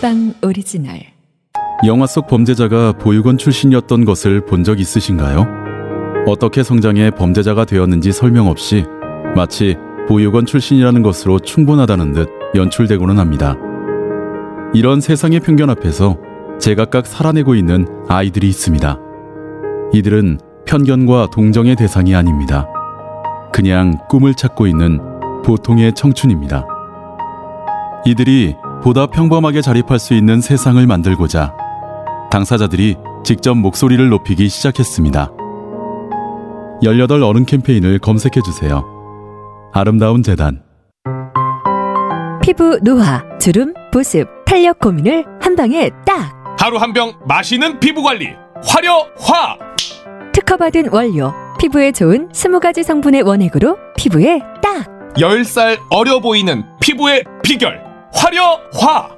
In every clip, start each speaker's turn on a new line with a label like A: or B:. A: 팟빵 오리지널
B: 영화 속 범죄자가 보육원 출신이었던 것을 본 적 있으신가요? 어떻게 성장해 범죄자가 되었는지 설명 없이 마치 보육원 출신이라는 것으로 충분하다는 듯 연출되고는 합니다. 이런 세상의 편견 앞에서 제각각 살아내고 있는 아이들이 있습니다. 이들은 편견과 동정의 대상이 아닙니다. 그냥 꿈을 찾고 있는 보통의 청춘입니다. 이들이 보다 평범하게 자립할 수 있는 세상을 만들고자 당사자들이 직접 목소리를 높이기 시작했습니다. 18 어른 캠페인을 검색해 주세요. 아름다운 재단
A: 피부 노화, 주름, 보습, 탄력 고민을 한 방에 딱
C: 하루 한 병 마시는 피부관리 화려화
A: 특허받은 원료 피부에 좋은 20가지 성분의 원액으로 피부에 딱
C: 10살 어려 보이는 피부의 비결 화려화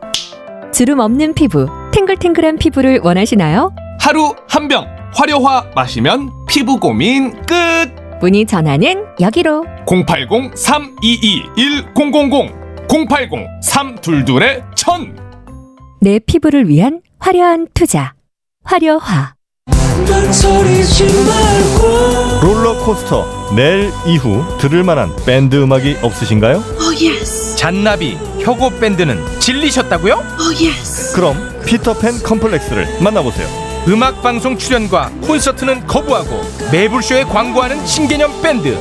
A: 주름 없는 피부, 탱글탱글한 피부를 원하시나요?
C: 하루 한 병 화려화 마시면 피부 고민 끝
A: 문의 전화는 여기로
C: 080-322-1000 080-322-1000
A: 내 피부를 위한 화려한 투자 화려화
D: 롤러코스터 내일 이후 들을 만한 밴드 음악이 없으신가요?
E: Oh,
F: 잔나비, 혁오 밴드는 질리셨다고요?
G: Oh,
D: 그럼 피터팬 컴플렉스를 만나보세요.
F: 음악 방송 출연과 콘서트는 거부하고 매불쇼에 광고하는 신개념 밴드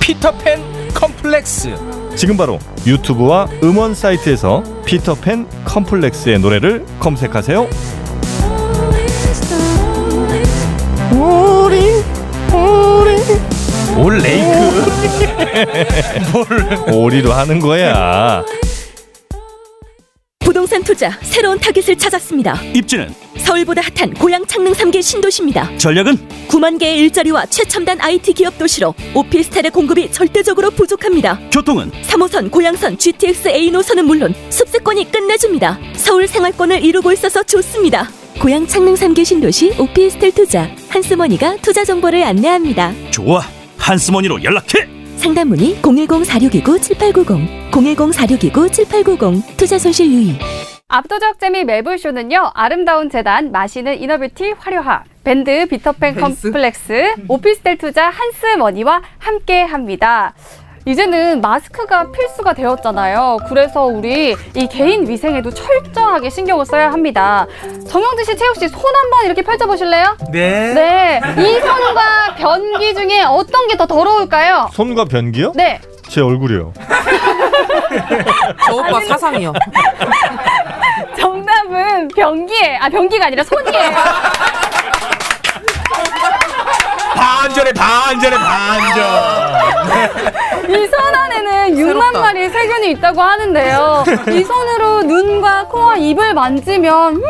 F: 피터팬 컴플렉스.
D: 지금 바로 유튜브와 음원 사이트에서 피터팬 컴플렉스의 노래를 검색하세요.
F: 올레이크.
D: 오리로 하는 거야.
H: 부동산 투자 새로운 타겟을 찾았습니다.
I: 입지는
H: 서울보다 핫한 고향 창릉 3개 신도시입니다.
I: 전략은
H: 9만 개의 일자리와 최첨단 IT 기업 도시로 오피스텔의 공급이 절대적으로 부족합니다.
I: 교통은
H: 3호선, 고양선, GTX A 노선은 물론 숲세권이 끝내줍니다. 서울 생활권을 이루고 있어서 좋습니다. 고향 창릉 3개 신도시 오피스텔 투자 한스머니가 투자 정보를 안내합니다.
I: 좋아 한스머니로 연락해
H: 상담 문의 010-4629-7890 010-4629-7890 투자 손실 유의
G: 압도적 재미 매불쇼는요 아름다운 재단 마시는 이너뷰티 화려화 밴드 비터팬 컴플렉스 오피스텔 투자 한스머니와 함께합니다. 이제는 마스크가 필수가 되었잖아요. 그래서 우리 이 개인 위생에도 철저하게 신경을 써야 합니다. 정영진 씨, 채욱 씨, 손 한번 이렇게 펼쳐보실래요?
F: 네.
G: 네. 이 손과 변기 중에 어떤 게 더 더러울까요?
D: 손과 변기요?
G: 네.
D: 제 얼굴이요.
J: 저 오빠 사상이요.
G: 정답은 변기에, 아, 변기가 아니라 손이에요.
F: 반전에 반전에 반전.
G: 이 손 안에는 6만
J: 새롭다.
G: 마리의 세균이 있다고 하는데요. 이 손으로 눈과 코와 입을 만지면 음,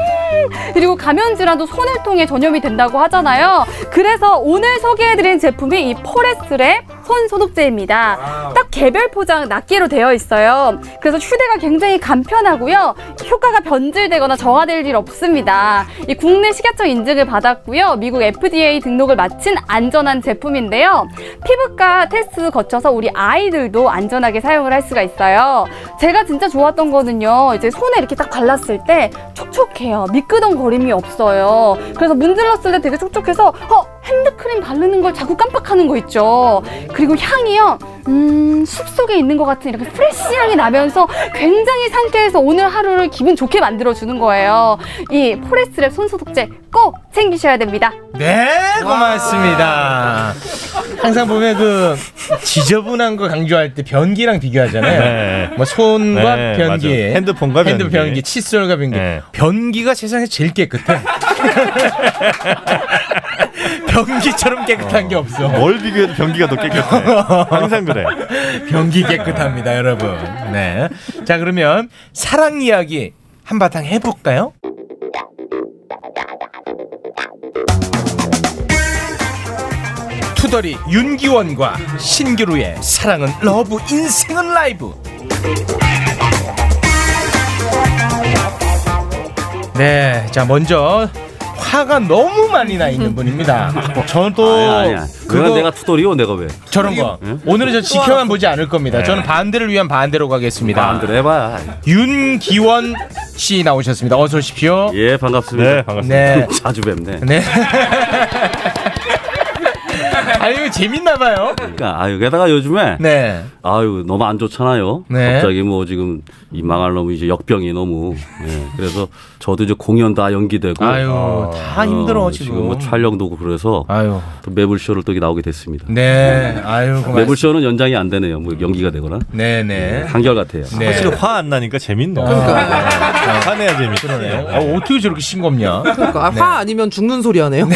G: 그리고 감염질환도 손을 통해 전염이 된다고 하잖아요. 그래서 오늘 소개해드린 제품이 이 포레스의 손 소독제입니다. 딱 개별 포장 낱개로 되어 있어요. 그래서 휴대가 굉장히 간편하고요. 효과가 변질되거나 저하될 일 없습니다. 이 국내 식약처 인증을 받았고요. 미국 FDA 등록을 마친 안전한 제품인데요. 피부과 테스트 거쳐서 우리 아이들도 안전하게 사용을 할 수가 있어요. 제가 진짜 좋았던 거는요. 이제 손에 이렇게 딱 발랐을 때 촉촉해요. 미끄덩거림이 없어요. 그래서 문질렀을 때 되게 촉촉해서 어 핸드크림 바르는 걸 자꾸 깜빡하는 거 있죠. 그리고 향이요. 음, 숲속에 있는 것 같은 이렇게 프레시 향이 나면서 굉장히 상쾌해서 오늘 하루를 기분 좋게 만들어주는 거예요. 이 포레스랩 손소독제 꼭 챙기셔야 됩니다.
F: 네, 고맙습니다. 항상 보면 그 지저분한 거 강조할 때 변기랑 비교하잖아요.
D: 네.
F: 뭐 손과
D: 네,
F: 변기,
D: 맞아요. 핸드폰과 변기.
F: 핸드 변기, 칫솔과 변기.
D: 네.
F: 변기가 세상에 제일 깨끗해. 변기처럼 깨끗한 게 없어.
D: 뭘 비교해도 변기가 더 깨끗해. 항상 그래.
F: 변기 깨끗합니다, 여러분. 네. 자, 그러면 사랑 이야기 한바탕 해볼까요? 투덜이 윤기원과 신규루의 사랑은 러브, 인생은 라이브. 네, 자 먼저 화가 너무 많이 나 있는 분입니다. 저는 또
D: 어,
I: 아니야 아니야 그건 내가 투돌이요 내가 왜
F: 저런 거. 오늘은 저
I: 네.
F: 지켜만 보지 않을 겁니다. 저는 반대를 위한 반대로 가겠습니다.
I: 마음대로 해봐
F: 윤기원 씨 나오셨습니다. 어서 오십시오.
I: 예, 반갑습니다.
D: 네, 반갑습니다.
F: 네.
I: 자주 뵙네.
F: 네. 아유 재밌나 봐요.
I: 그러니까 아유 게다가 요즘에
F: 네.
I: 아유 너무 안 좋잖아요.
F: 네.
I: 갑자기 뭐 지금 이 망할 놈이 이제 역병이 너무. 예, 그래서 저도 이제 공연 다 연기되고.
F: 아유 다 힘들어
I: 어,
F: 지금.
I: 뭐 촬영도 오고 그래서
F: 아유.
I: 또 매불쇼를 또 이렇게 나오게 됐습니다.
F: 네. 아유 고맙습니다.
I: 매불쇼는 연장이 안 되네요. 뭐 연기가 되거나
F: 네네.
I: 한결 같아요.
F: 네.
D: 사실 화 안 나니까 재밌네. 그러니까. 화내야 재밌어.
F: 아, 어떻게 저렇게 싱겁냐? 네.
J: 그러니까 아, 화 아니면 죽는 소리 하네요.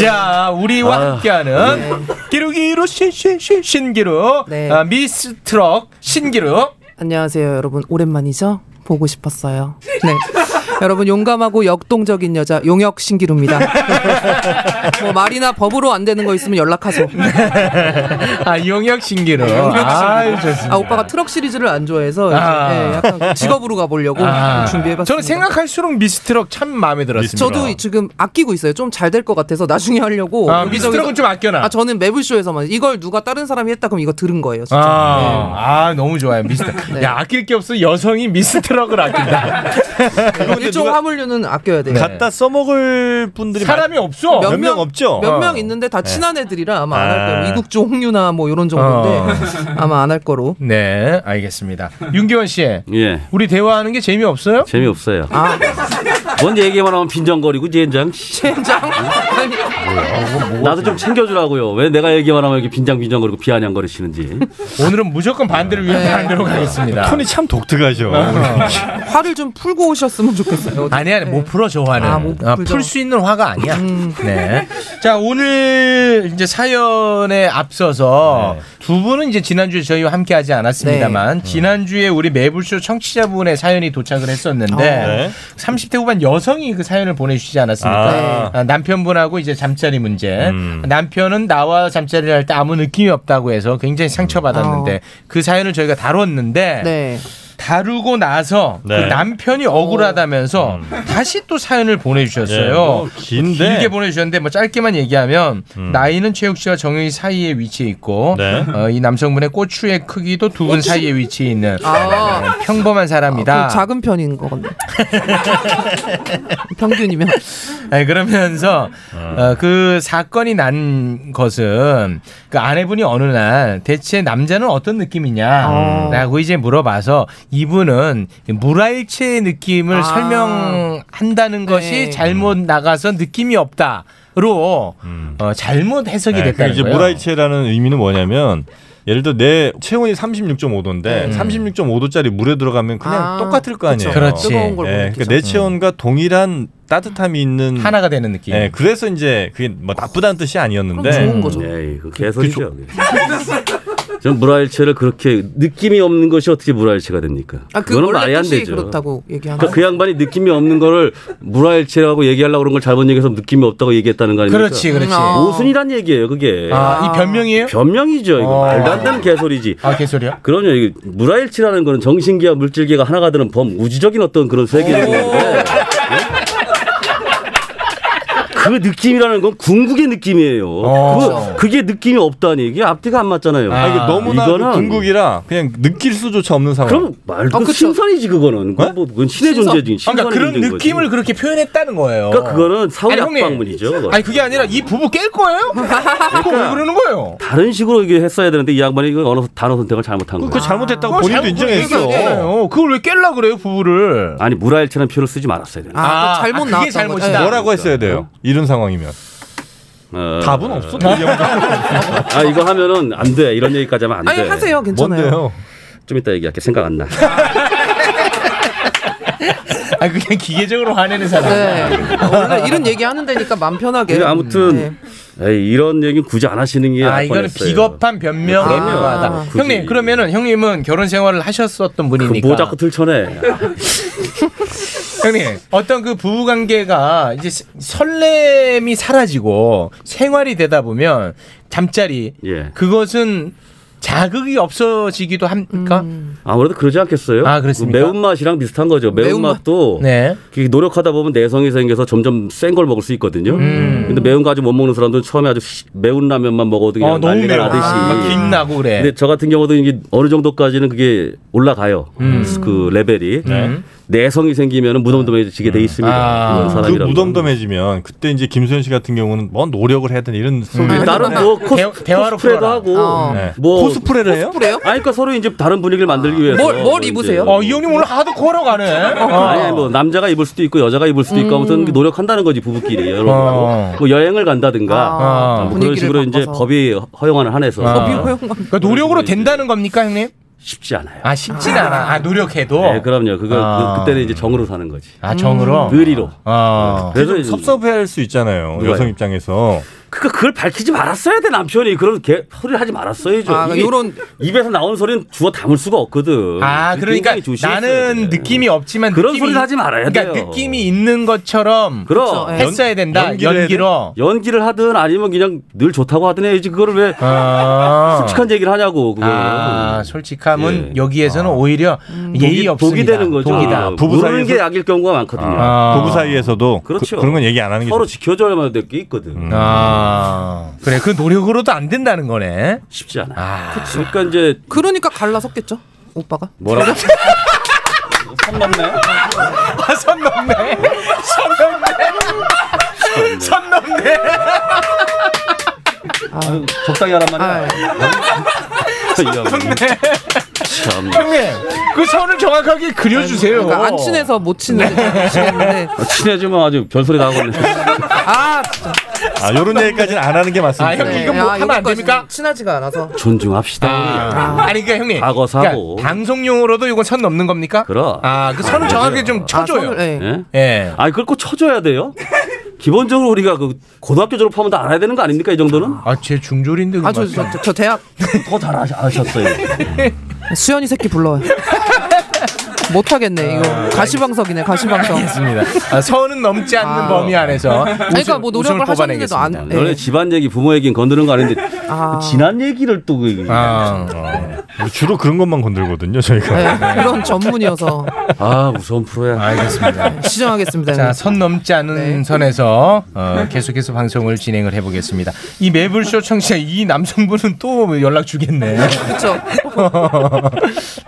F: 자, 우리와 함께하는 기루기루 신신신 신기루
J: 네.
F: 아, 미스 트럭 신기루
J: 안녕하세요, 여러분. 오랜만이죠? 보고 싶었어요. 네. 여러분 용감하고 역동적인 여자 용역 신기루입니다. 뭐 말이나 법으로 안 되는 거 있으면 연락하소.
F: 네. 아 용역 신기루
J: 네,
F: 아 좋습니다.
J: 아 오빠가 트럭 시리즈를 안 좋아해서 이제,
F: 아.
J: 예, 약간 직업으로 가보려고
F: 아,
J: 준비해봤습니다.
F: 저는 생각할수록 미스 트럭 참 마음에 들었습니다.
J: 저도 지금 아끼고 있어요. 좀 잘 될 것 같아서 나중에 하려고.
F: 아, 미스
J: 여기저기서-
F: 트럭은 좀 아껴놔.
J: 아 저는 매블쇼에서만 이걸 누가 다른 사람이 했다 그럼 이거 들은 거예요. 진짜.
F: 아, 아, 너무 좋아요 미스 트럭.
J: 네.
F: 야 아낄 게 없어 여성이 미스 트럭을 아낀다.
J: 네. 일종 화물류는 아껴야 돼요.
D: 갖다 써먹을 분들이 많-
F: 네. 사람이 없어. 네.
D: 몇명 없죠?
J: 몇
D: 어.
J: 명 있는데 다 친한 애들이라 아마 안 할
D: 아.
J: 거예요. 이국주 홍유나 뭐 이런 정도인데
F: 어.
J: 아마 안 할 거로.
F: 네 알겠습니다. 윤기원 씨
J: 네,
I: 예.
F: 우리 대화하는 게 재미 없어요?
I: 재미없어요.
J: 아,
I: 뭔 얘기만 하면 빈정거리고 젠장.
F: 어,
J: 젠장. 아니,
I: 나도 좀 챙겨주라고요. 왜 내가 얘기만 하면 이렇게 빈장빈장거리고 비아냥거리시는지.
F: 오늘은 무조건 반대를 위한 반대로
J: 네.
F: 가겠습니다.
D: 톤이 참 독특하셔.
F: 아,
J: 화를 좀 풀고 오셨으면 좋겠어요.
F: 아니 아니 못 풀어 저 화는
J: 아, 못
F: 아,
J: 풀죠.
F: 풀 수 있는 화가 아니야.
J: 음.
F: 네. 자 오늘 이제 사연에 앞서서
D: 네.
F: 두 분은 이제 지난주에 저희와 함께하지 않았습니다만 지난주에 우리 매불쇼 청취자분의 사연이 도착을 했었는데
D: 네.
F: 30대 후반 여성이 그 사연을 보내주시지 않았습니까? 아, 남편분하고 이제 잠자리 문제.
D: 음.
F: 남편은 나와 잠자리를 할 때 아무 느낌이 없다고 해서
D: 음.
F: 굉장히 상처받았는데
D: 아.
F: 그 사연을 저희가 다뤘는데.
J: 네.
F: 다루고 나서
D: 네.
F: 그 남편이 억울하다면서 다시 또 사연을 보내주셨어요.
D: 예, 뭐 긴데.
F: 길게 보내주셨는데 뭐 짧게만 얘기하면 나이는 최욱 씨와 정영이 사이에 위치해 있고
D: 네.
F: 어, 이 남성분의 꼬추의 크기도 두 분 사이에 위치해 있는 네,
J: 아.
F: 평범한 사람이다.
J: 그 작은 편인 거건데. 평균이면.
F: 아니, 네, 그러면서 어, 그 사건이 난 것은 그 아내분이 어느 날 대체 남자는 어떤
J: 아.
F: 느낌이냐라고 이제 물어봐서 이분은 무라일체의 느낌을
J: 아.
F: 설명한다는 것이
J: 네.
F: 잘못 나가서 느낌이 없다. 로 어, 잘못 해석이
D: 네, 음. 그
F: 됐다는
D: 이제
F: 거예요.
D: 무라이체라는 의미는 뭐냐면 예를 들어 내 체온이 36.5도인데 36.5도짜리 물에 들어가면 그냥
J: 아,
D: 똑같을 거
J: 그쵸.
D: 아니에요.
F: 음. 그렇지.
J: 뜨거운 걸
D: 예,
J: 보면
D: 그러니까 내 체온과 동일한 따뜻함이 있는
F: 하나가 되는 느낌.
D: 예, 그래서 이제 그게 뭐 나쁘다는 뜻이
J: 그럼
D: 아니었는데 예,
J: 좋은 거죠.
I: 에이, 그 개소리죠. 그게. 전 무라일체를 그렇게 느낌이 없는 것이 어떻게 무라일체가 됩니까?
J: 아, 그
I: 그거는 말이
J: 원래
I: 안
J: 뜻이
I: 되죠.
J: 그렇다고 얘기하나요?
I: 그러니까 그 양반이 느낌이 없는 거를 무라일체라고 얘기하려고 그런 걸 잘못 얘기해서 느낌이 없다고 얘기했다는 거 아닙니까?
F: 그렇지, 그렇지.
J: 음, 아.
I: 오순이란 얘기예요, 그게.
F: 아, 이 변명이에요?
I: 변명이죠. 이거
F: 어.
I: 말도 안 되는 개소리지.
F: 아, 개소리야.
I: 그럼요. 이게 무라일치라는 거는 정신기와 물질계가 하나가 되는 범우주적인 어떤 그런 세계적인 건데. 예? 그 느낌이라는 건 궁극의 느낌이에요.
F: 어.
I: 그거, 그게 느낌이 없다니. 이게 앞뒤가 안 맞잖아요.
D: 아, 이게 너무나 그
I: 이거는-
D: 궁극이라 그냥 느낄 수조차 없는 상황. 네?
I: 그럼 말도
J: 아, 그쵸.
I: 신선이지 그거는. 그건, 뭐, 그건 신의
J: 신선.
I: 존재지. 신선의
F: 그러니까 그런
I: 존재인 거지.
F: 느낌을 그렇게 표현했다는 거예요.
I: 그러니까 그거는 사후
F: 아니, 형님.
I: 약방문이죠. 그러니까 그거.
F: 아니 그게 아니라 이 부부 깰 거예요? 그거 왜 그러는 거예요?
I: 다른 식으로 이게 했어야 되는데 이 양반이 이거 언어 단어 선택을 잘못한 거예요.
D: 그 잘못했다고
F: 그걸
D: 본인도
F: 잘못
D: 인정했어.
F: 얘기했잖아요. 그걸 왜 깰라 그래요, 부부를?
I: 아니 무라일체라는 표현을 쓰지 말았어야 되는데.
J: 아, 또 잘못
F: 그게
J: 나왔던
F: 잘못이다.
J: 거죠. 네.
D: 뭐라고 했어야 돼요? 이런 상황이면
I: 어,
D: 답은 없어. 답은
I: 아 이거 하면은 안 돼. 이런 얘기까지 하면 안 돼.
J: 아니 하세요. 괜찮아요.
D: 뭔데요?
I: 좀 이따 얘기할게. 생각 안 나.
F: 아 그냥 기계적으로 화내는 사람.
J: 네. 원래 이런 얘기 하는 데니까 마음 편하게.
I: 근데 아무튼
J: 네.
I: 에이, 이런 얘기는 굳이 안 하시는 게
F: 아
I: 나을
F: 이거는
I: 뻔했어요.
F: 비겁한 변명인
I: 그럼요.
F: 거다.
I: 예, 아, 굳이.
F: 형님 그러면은 형님은 결혼 생활을 하셨었던
I: 그럼
F: 분이니까.
I: 뭐 자꾸 들쳐내.
F: 형님 어떤 그 부부 관계가 이제 스- 설렘이 사라지고 생활이 되다 보면 잠자리
I: 예.
F: 그것은 자극이 없어지기도 합니까?
J: 음.
I: 아무래도 그러지 않겠어요?
F: 아, 그렇습니까?
I: 그 매운맛이랑 비슷한 거죠. 매운맛도
F: 네.
I: 이게 노력하다 보면 내성이 생겨서 점점 센 걸 먹을 수 있거든요.
F: 음.
I: 근데 매운 거 아주 못 먹는 사람들은 처음에 아주 시- 매운 라면만 먹어도 그냥
F: 어, 너무
I: 난리가
F: 매워.
I: 나듯이.
F: 아, 김 나고 그래.
I: 근데 저 같은 경우도 이게 어느 정도까지는 그게 올라가요. 그 레벨이.
F: 음.
I: 내성이 생기면 무덤덤해지게 돼 있습니다.
F: 아.
I: 그런
F: 그
D: 그
I: 사람이라는 건.
D: 무덤덤해지면 그때 이제 김수현 씨 같은 경우는 뭐 노력을 해야 되는
J: 음.
D: 이런
J: 아,
D: 소리
I: 근데 나름 뭐 코스,
F: 음. 대- 대화로
I: 코스프레도
F: 풀어라.
I: 하고
J: 어.
D: 네.
I: 뭐
D: 코스프레를 해요?
J: 그래요?
I: 아니 그러니까 서로 이제 다른 분위기를 만들기 위해서
J: 뭘- 뭘
I: 뭐 이제
J: 입으세요?
F: 어, 이 형님 오늘 하드코어로 가네.
I: 아니, 아니, 뭐, 남자가 입을 수도 있고, 여자가 입을 수도 있고, 아무튼 노력한다는 거지, 부부끼리. 여러분.
F: 어.
I: 뭐, 여행을 간다든가,
J: 아,
F: 아,
I: 뭐 그런 식으로 이제 법이 허용하는 한에서.
F: 아. 법이
J: 허용
F: 그러니까 노력으로 된다는 겁니까, 형님?
I: 쉽지 않아요.
F: 아, 쉽진 않아. 아, 노력해도.
I: 네, 그럼요. 그거,
F: 아.
I: 그, 때는 이제 정으로 사는 거지.
F: 아, 정으로.
J: 음.
I: 의리로.
J: 아.
F: 어.
I: 그래서 이제-
D: 아. 섭섭해할 수 있잖아요
I: 누가요?
D: 여성 입장에서
I: 그니까 그걸 밝히지 말았어야 돼, 남편이. 그런 개, 소리를 하지 말았어야죠.
J: 아,
I: 이게
J: 요런-
I: 입에서 나온 소리는 주워 담을 수가 없거든.
F: 아, 그러니까
I: 굉장히 조심했어야
F: 나는
I: 돼.
F: 느낌이 없지만
I: 그런
F: 느낌이-
I: 소리를 하지 말아야
F: 그러니까
I: 돼요.
F: 느낌이 있는 것처럼
I: 그럼.
J: 그쵸, 예.
F: 했어야 된다.
D: 음. 연기를 해야
F: 연기로.
I: 연기를 하든 아니면 그냥 늘 좋다고 하든 해야지. 그거를 왜
F: 아.
I: 솔직한 얘기를 하냐고, 그거
F: 아, 솔직함은
I: 예.
F: 여기에서는 오히려 예의
I: 독이-
F: 없습니다.
I: 독이 되는 거죠.
F: 독이다.
I: 아,
D: 부부
I: 모르는
D: 사이에서-
I: 게 약일 경우가 많거든요.
F: 아.
D: 부부 사이에서도
I: 그렇죠.
D: 그, 런건 얘기 안 하는 게
I: 서로
D: 좋- 음.
I: 지켜줘야만 될 게 있거든.
F: 아. 그래. 그 노력으로도 안 된다는 거네.
I: 쉽지 않아.
F: 아.
I: 그러니까 이제
J: 그러니까 갈라 섰겠죠? 오빠가?
I: 뭐라고? 선 넘네.
F: 아, 선 넘네. 선 넘네. 선 넘네.
I: 적당히 하란 말이야.
J: 아,
I: 이 양반. 참.
F: 형님, 그 선을 정확하게 그려주세요. 네.
J: 그러니까 안 친해서 못 친해서 친했는데
I: 아, 친해지면 아주 별소리 나오고 있네.
J: 아 진짜
D: 아 이런 얘기까지는 안 하는 게
F: 아,
D: 맞습니다.
F: 형님. 이건 뭐
J: 야,
F: 하면 안
J: 네.
F: 됩니까?
J: 이것까지는 친하지가 않아서
I: 존중합시다.
F: 아, 아니 그러니까 형님.
I: 과거 사고.
F: 그러니까 방송용으로도 이건 선 넘는 겁니까?
I: 그럼.
F: 아, 그 선을 정확하게 좀 쳐줘요.
J: 아, 네.
I: 예?
F: 예.
I: 아니 그걸 꼭 쳐줘야 돼요. 기본적으로 우리가 그 고등학교 졸업하면 다 알아야 되는 거 아닙니까 이 정도는?
F: 아, 제 중졸인데 그
J: 아, 저, 저, 저, 저 대학
I: 더 잘하셨어요. 네.
J: 수현이 새끼 불러요 못하겠네 이거 가시방석이네 가시방석
F: 맞습니다. 아, 선은 넘지 않는
J: 아.
F: 범위 안에서.
J: 그러니까 뭐
F: 웃음을
J: 노력을 하셨는데도 안
F: 뽑아내겠습니다.
J: 예.
I: 원래 집안 얘기, 부모 얘기는 건드는 거 아닌데
J: 아.
I: 그 지난 얘기를 또 그.
F: 아,
D: 주로 그런 것만 건들거든요 저희가.
J: 예, 이런 전문이어서
I: 아 무서운 프로야.
F: 알겠습니다.
I: 네.
J: 시정하겠습니다
F: 자, 선 넘지 않은
J: 네.
F: 선에서 어, 계속해서 방송을 진행을 해보겠습니다. 이 매불쇼 청취자 이 남성분은 또 연락 주겠네.
J: 그렇죠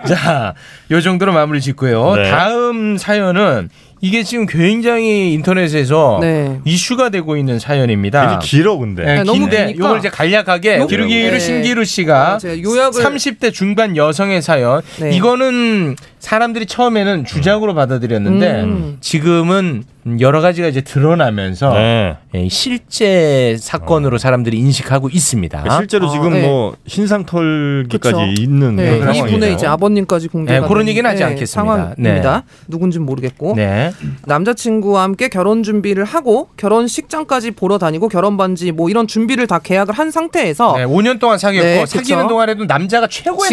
F: 자, 요 정도로 마무리 짓고요.
D: 네.
F: 다음 사연은 이게 지금 굉장히 인터넷에서
J: 네.
F: 이슈가 되고 있는 사연입니다.
D: 굉장히 길어 근데.
F: 네,
J: 네, 너무
F: 긴데
J: 기니까.
F: 이걸 이제 간략하게
J: 요-
F: 기르기로
J: 네.
F: 신기루 씨가
J: 아, 제가 요약을-
F: 30대 중반 여성의 사연
J: 네.
F: 이거는 사람들이 처음에는 주작으로 받아들였는데
J: 음.
F: 지금은 여러 가지가 이제 드러나면서
D: 네. 어.
F: 예, 실제 사건으로 사람들이 인식하고 있습니다.
D: 그러니까 실제로
J: 아,
D: 지금
J: 네.
D: 뭐 신상 털기까지
J: 그쵸.
D: 있는
J: 네,
D: 그런 상황이에요.
J: 이분의 이제 아버님까지 공개가
F: 네, 그런
J: 된,
F: 얘기는 하지
J: 네,
F: 않겠습니다.
J: 상황입니다 누군진 모르겠고
F: 네.
J: 남자친구와 함께 결혼 준비를 하고 결혼식장까지 보러 다니고 결혼 반지 뭐 이런 준비를 다 계약을 한 상태에서
F: 네, 5년 동안 사귀었고
J: 네, 그쵸.
F: 사귀는 동안에도 남자가 최고의 음.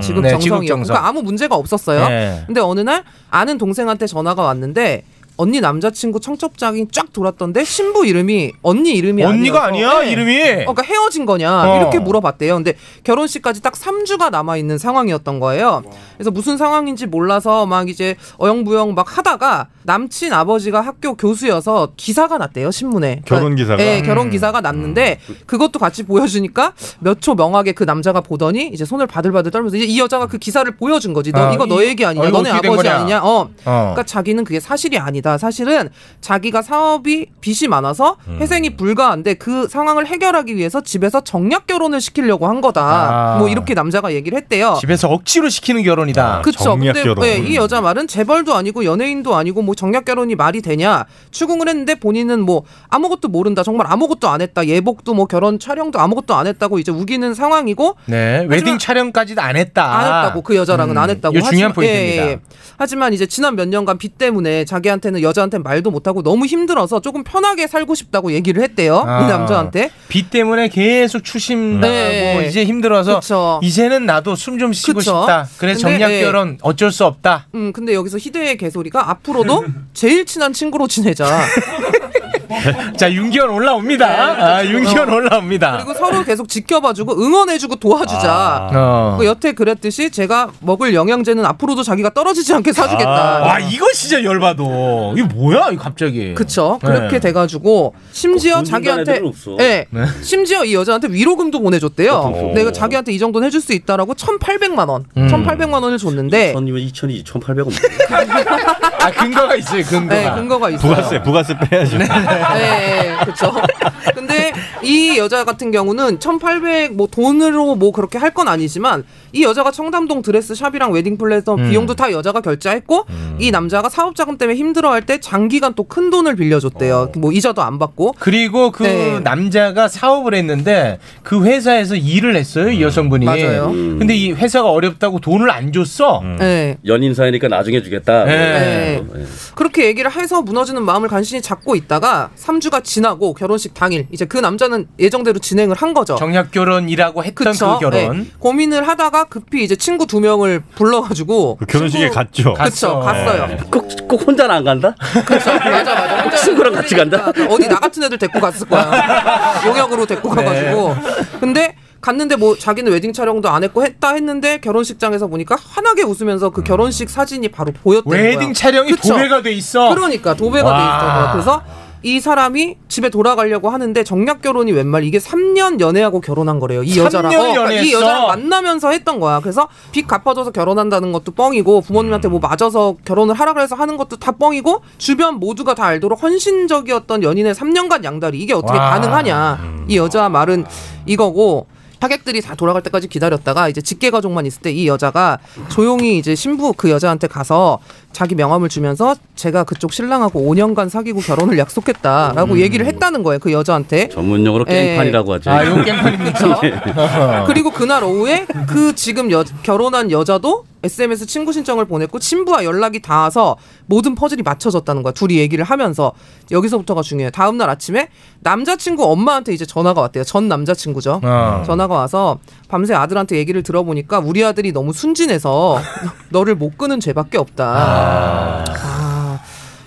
J: 지극정성, 지극정성이요. 그러니까 아무 문제가 없었어요.
F: 네.
J: 근데 어느 날 아는 동생한테 전화가 왔는데 언니 남자친구 청첩장이 쫙 돌았던데 신부 이름이 언니 이름이
F: 언니가
J: 아니어서
F: 아니야
J: 네.
F: 이름이.
J: 어, 그러니까 헤어진 거냐
F: 어.
J: 이렇게 물어봤대요. 근데 결혼식까지 딱 3주가 남아 있는 상황이었던 거예요. 그래서 무슨 상황인지 몰라서 막 이제 어영부영 막 하다가 남친 아버지가 학교 교수여서 기사가 났대요 신문에.
D: 결혼 기사가?
F: 음.
J: 네, 결혼 기사가 났는데 그것도 같이 보여주니까 몇 초 명하게 그 남자가 보더니 이제 손을 바들바들 떨면서 이제 이 여자가 그 기사를 보여준 거지. 너
F: 아,
J: 이거
F: 이-
J: 너 얘기
F: 어,
J: 아니냐?
F: 이거
J: 너네
F: 어떻게 된
J: 아버지
F: 거냐?
J: 아니냐? 어.
F: 어.
J: 그러니까 자기는 그게 사실이 아니다. 사실은 자기가 사업이 빚이 많아서
F: 음.
J: 회생이 불가한데 그 상황을 해결하기 위해서 집에서 정략 결혼을 시키려고 한 거다.
F: 아.
J: 뭐 이렇게 남자가 얘기를 했대요.
F: 집에서 억지로 시키는 결혼이다.
J: 어. 그쵸.
D: 아, 정략
J: 근데
D: 결혼.
J: 네, 이 여자 말은 재벌도 아니고 연예인도 아니고 뭐 정략 결혼이 말이 되냐 추궁을 했는데 본인은 뭐 아무것도 모른다 정말 아무것도 안 했다 예복도 뭐 결혼 촬영도 아무것도 안 했다고 이제 우기는 상황이고
F: 네, 웨딩
J: 하지만-
F: 촬영까지도 안 했다.
J: 안 했다고 그 여자랑은 안 했다고.
F: 아, 음. 이 중요한
J: 하지만-
F: 포인트입니다.
J: 예, 예. 하지만 이제 지난 몇 년간 빚 때문에 자기한테는 여자한테 말도 못하고 너무 힘들어서 조금 편하게 살고 싶다고 얘기를 했대요.
F: 아.
J: 이 어? 그 남자한테.
F: 빚 때문에 계속 추심하고
J: 네.
F: 뭐 이제 힘들어서
J: 그쵸.
F: 이제는 나도 숨 좀 쉬고
J: 그쵸.
F: 싶다. 그래서
J: 근데,
F: 정략
J: 예.
F: 결혼 어쩔 수 없다.
J: 음 근데 여기서 희대의 개소리가 앞으로도 제일 친한 친구로 지내자.
F: 자, 윤기현 올라옵니다. 아, 윤기현 올라옵니다.
J: 네, 그리고 서로 계속 지켜봐주고 응원해주고 도와주자.
F: 어.
J: 그 여태 그랬듯이 제가 먹을 영양제는 앞으로도 자기가 떨어지지 않게 사주겠다.
F: 아, 와, 이거 진짜 열받어. 이게 뭐야, 이거 갑자기.
J: 그쵸.
F: 네.
J: 그렇게 돼가지고 심지어
I: 돈 준다는
J: 자기한테
I: 그 애들은 없어.
J: 예.
F: 네.
J: 심지어 이 여자한테 위로금도 보내줬대요.
I: 보통
J: 내가
I: 그거.
J: 자기한테 이 정도는 해줄 수 있다라고 1,800만 원,
F: 음.
J: 1,800만 원을 줬는데
I: 1000이면 2000이 2800원.
F: 아, 근거가 있어요, 근거가.
J: 예, 근거가 있어요.
D: 부가세 부가세 빼야죠.
J: 네, 그렇죠. 근데 이 여자 같은 경우는 1,800 뭐 돈으로 뭐 그렇게 할 건 아니지만 이 여자가 청담동 드레스 샵이랑 웨딩 플래너
F: 음.
J: 비용도 다 여자가 결제했고 이 남자가 사업 자금 때문에 힘들어할 때 장기간 또 큰 돈을 빌려줬대요. 뭐 이자도 안 받고.
F: 어. 그리고 그
J: 네.
F: 남자가 사업을 했는데 그 회사에서 일을 했어요, 이 여성분이.
J: 맞아요.
I: 음.
F: 근데 이 회사가 어렵다고 돈을 안 줬어.
J: 네.
I: 연인 사이니까 나중에 주겠다.
F: 네.
I: 뭐, 예.
J: 그렇게 얘기를 해서 무너지는 마음을 간신히 잡고 있다가 3주가 지나고 결혼식 당일 이제 그 남자는 예정대로 진행을 한 거죠.
F: 정략 결혼이라고 했던 그
J: 그쵸?
F: 결혼.
J: 네. 고민을 하다가 급히 이제 친구 두 명을 불러가지고
D: 그 결혼식에
J: 친구-
D: 갔죠.
J: 그쵸,
F: 갔어.
J: 갔어요.
F: 네.
I: 꼭, 꼭 혼자는 안 간다?
J: 그쵸, 맞아, 맞아. 혼자
I: 친구랑 같이 간다?
J: 그러니까 어디 나 같은 애들 데리고 갔을 거야. 용역으로 데리고 가가지고. 근데 갔는데 뭐 자기는 웨딩 촬영도 안 했고 했다 했는데 결혼식장에서 보니까 환하게 웃으면서 그 결혼식 사진이 바로 보였던 거야.
F: 웨딩 촬영이
J: 그쵸?
F: 도배가 돼 있어.
J: 그러니까 도배가
F: 와.
J: 돼 있잖아. 그래서 이 사람이 집에 돌아가려고 하는데 정략 결혼이 웬 말 이게 3년 연애하고 결혼한 거래요. 이
F: 3년
J: 여자랑 그러니까 이
F: 연애했어?
J: 여자랑 만나면서 했던 거야. 그래서 빚 갚아줘서 결혼한다는 것도 뻥이고 부모님한테 뭐 맞아서 결혼을 하라 그래서 하는 것도 다 뻥이고 주변 모두가 다 알도록 헌신적이었던 연인의 3년간 양다리 이게 어떻게
F: 와.
J: 가능하냐. 이 여자 말은 이거고 하객들이 다 돌아갈 때까지 기다렸다가 이제 직계 가족만 있을 때 이 여자가 조용히 이제 신부 그 여자한테 가서 자기 명함을 주면서 제가 그쪽 신랑하고 5년간 사귀고 결혼을 약속했다라고
F: 음.
J: 얘기를 했다는 거예요 그 여자한테
I: 전문용어로
J: 예.
I: 깽판이라고 하죠. 예.
F: 아, 이거 깽판입니까?
I: 아.
F: 어.
J: 그리고 그날 오후에 그 지금 여- 결혼한 여자도 SMS 친구 신청을 보냈고 친부와 연락이 닿아서 모든 퍼즐이 맞춰졌다는 거야. 둘이 얘기를 하면서 여기서부터가 중요해요. 다음 날 아침에 남자친구 엄마한테 이제 전화가 왔대요. 전 남자친구죠.
F: 어.
J: 전화가 와서 밤새 아들한테 얘기를 들어보니까 우리 아들이 너무 순진해서 너를 못 끄는 죄밖에 없다. 아,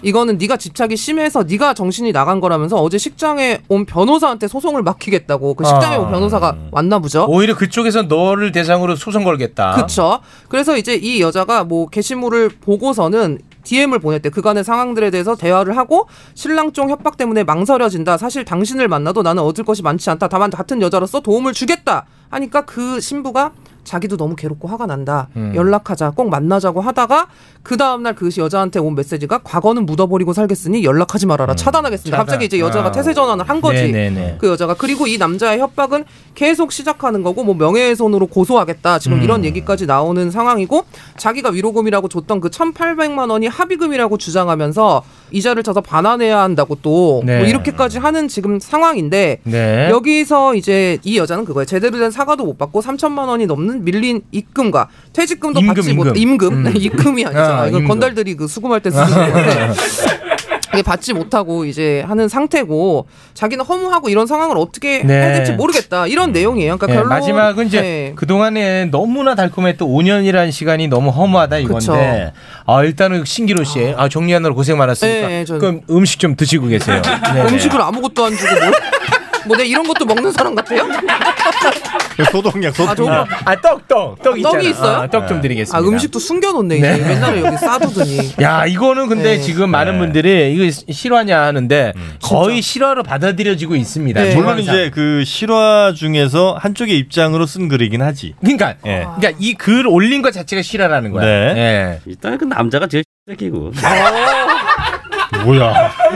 J: 이거는 네가 집착이 심해서 네가 정신이 나간 거라면서 어제 식장에 온 변호사한테 소송을 맡기겠다고 그 식장에
F: 아.
J: 온 변호사가 왔나 보죠.
F: 오히려 그쪽에서 너를 대상으로 소송 걸겠다.
J: 그쵸. 그래서 이제 이 여자가 뭐 게시물을 보고서는 DM을 보냈대. 그간의 상황들에 대해서 대화를 하고 신랑 쪽 협박 때문에 망설여진다. 사실 당신을 만나도 나는 얻을 것이 많지 않다. 다만 같은 여자로서 도움을 주겠다. 하니까 그 신부가 자기도 너무 괴롭고 화가 난다.
F: 음.
J: 연락하자. 꼭 만나자고 하다가 그 다음날 그 여자한테 온 메시지가 과거는 묻어버리고 살겠으니 연락하지 말아라. 차단하겠습니다.
F: 음. 차단.
J: 갑자기 이제 여자가
F: 아.
J: 태세 전환을 한 거지.
F: 네네네.
J: 그 여자가 그리고 이 남자의 협박은 계속 시작하는 거고 뭐 명예훼손으로 고소하겠다 지금
F: 음.
J: 이런 얘기까지 나오는 상황이고 자기가 위로금이라고 줬던 그 1,800만 원이 합의금이라고 주장하면서 이자를 쳐서 반환해야 한다고 또
F: 네.
J: 뭐 이렇게까지 하는 지금 상황인데
F: 네.
J: 여기서 이제 이 여자는 그거예요. 제대로 된 사과도 못 받고 3천만 원이 넘는 밀린 입금과 퇴직금도
F: 임금,
J: 받지 못
F: 임금.
J: 임금 네, 입금이 아니잖아.
F: 아,
J: 이걸
F: 임금.
J: 건달들이 그 수금할 때 쓰는 건데. 이게 받지 못하고 이제 하는 상태고 자기는 허무하고 이런 상황을 어떻게
F: 네.
J: 해야 될지 모르겠다 이런 내용이에요. 그러니까
F: 네,
J: 결론
F: 마지막은 이제
J: 네.
F: 그동안에 너무나 달콤했던 5년이라는 시간이 너무 허무하다 이건데 아 일단은 신기로 씨 아, 정리하느라 고생 많았으니까
J: 네, 네, 저는-
F: 그럼 음식 좀 드시고 계세요. 네, 네.
J: 음식을 아무것도 안 주고 뭘? 뭐 내가 이런 것도 먹는 사람 같아요?
D: 예, 소독약
J: 아,
D: 소독약.
J: 저거.
F: 아 떡 떡 떡 있잖아.
J: 떡이 있어요?
F: 떡 좀 드리겠습니다.
J: 아 음식도 숨겨놓네 이제
F: 네.
J: 맨날에 여기 싸두더니
F: 야 이거는 근데
J: 네.
F: 지금 많은 분들이 이거 시- 실화냐 하는데 거의 실화로 받아들여지고 있습니다.
J: 네.
F: 정황상.
D: 음. 물론 이제 그 실화 중에서 한쪽의 입장으로 쓴 글이긴 하지.
F: 그러니까
D: 예.
F: 그러니까 이 글 올린 것 자체가 실화라는 거야.
D: 네.
F: 예.
I: 일단 그 남자가 제일 새끼고.
D: 어? 뭐야?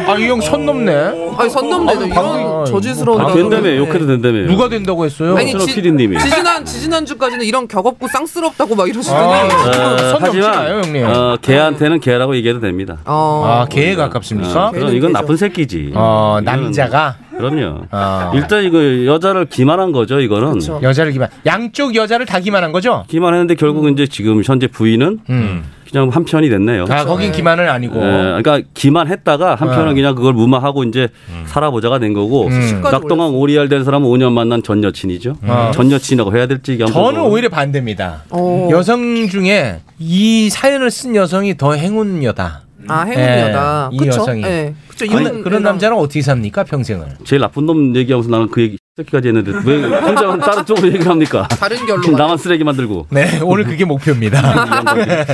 F: 아이 형 손 넘네.
J: 아니 선남대도
F: 방금-
J: 이런 저질스러운 네.
I: 아, 된다며. 욕해도 된다며.
F: 누가 된다고 했어요?
J: 아니,
I: 박선호
J: 지-
I: PD님이.
J: 지지난 지지난 주까지는 이런 격없고 쌍스럽다고 막 이러시더니
F: 아.
I: 어,
F: 선 넘치나요, 형님?
I: 하지만 어, 걔한테는 걔라고 얘기해도 됩니다.
J: 어.
F: 아 개에
I: 어,
F: 가깝습니까?
I: 그럼 이건 나쁜 새끼지.
F: 어,
I: 이건-
F: 남자가?
I: 그럼요.
F: 아.
I: 일단 이거 여자를 기만한 거죠. 이거는
J: 그쵸.
F: 여자를 기만 양쪽 여자를 다 기만한 거죠?
I: 기만했는데 결국 이제 지금 현재 부인은
F: 음.
I: 그냥 한 편이 됐네요.
F: 아 거긴 기만은 아니고.
I: 예, 그러니까 기만했다가 한편은
F: 네.
I: 그냥 그걸 무마하고 이제 살아보자가 된 거고
F: 음.
I: 낙동강 오리알 된 사람은 5년 만난 전 여친이죠.
F: 아.
I: 전 여친이라고 해야 될지 이게 한번
F: 저는
I: 뭐-
F: 오히려 반대입니다.
J: 어.
F: 여성 중에 이 사연을 쓴 여성이 더 행운녀다.
J: 아 행운이다.
F: 예, 이
J: 그쵸?
F: 여성이.
J: 예. 그쵸.
F: 그런,
J: 이혼-
F: 그런 남자는 어떻게 삽니까 평생을?
I: 제일 나쁜 놈 얘기하면서 나는 그 얘기 새끼까지 했는데 왜 혼자만 다른 쪽으로 얘기를 합니까?
J: 다른 결로.
I: 지금
J: 가-
I: 나만 쓰레기 만들고.
F: 네, 오늘 그게 목표입니다. 네.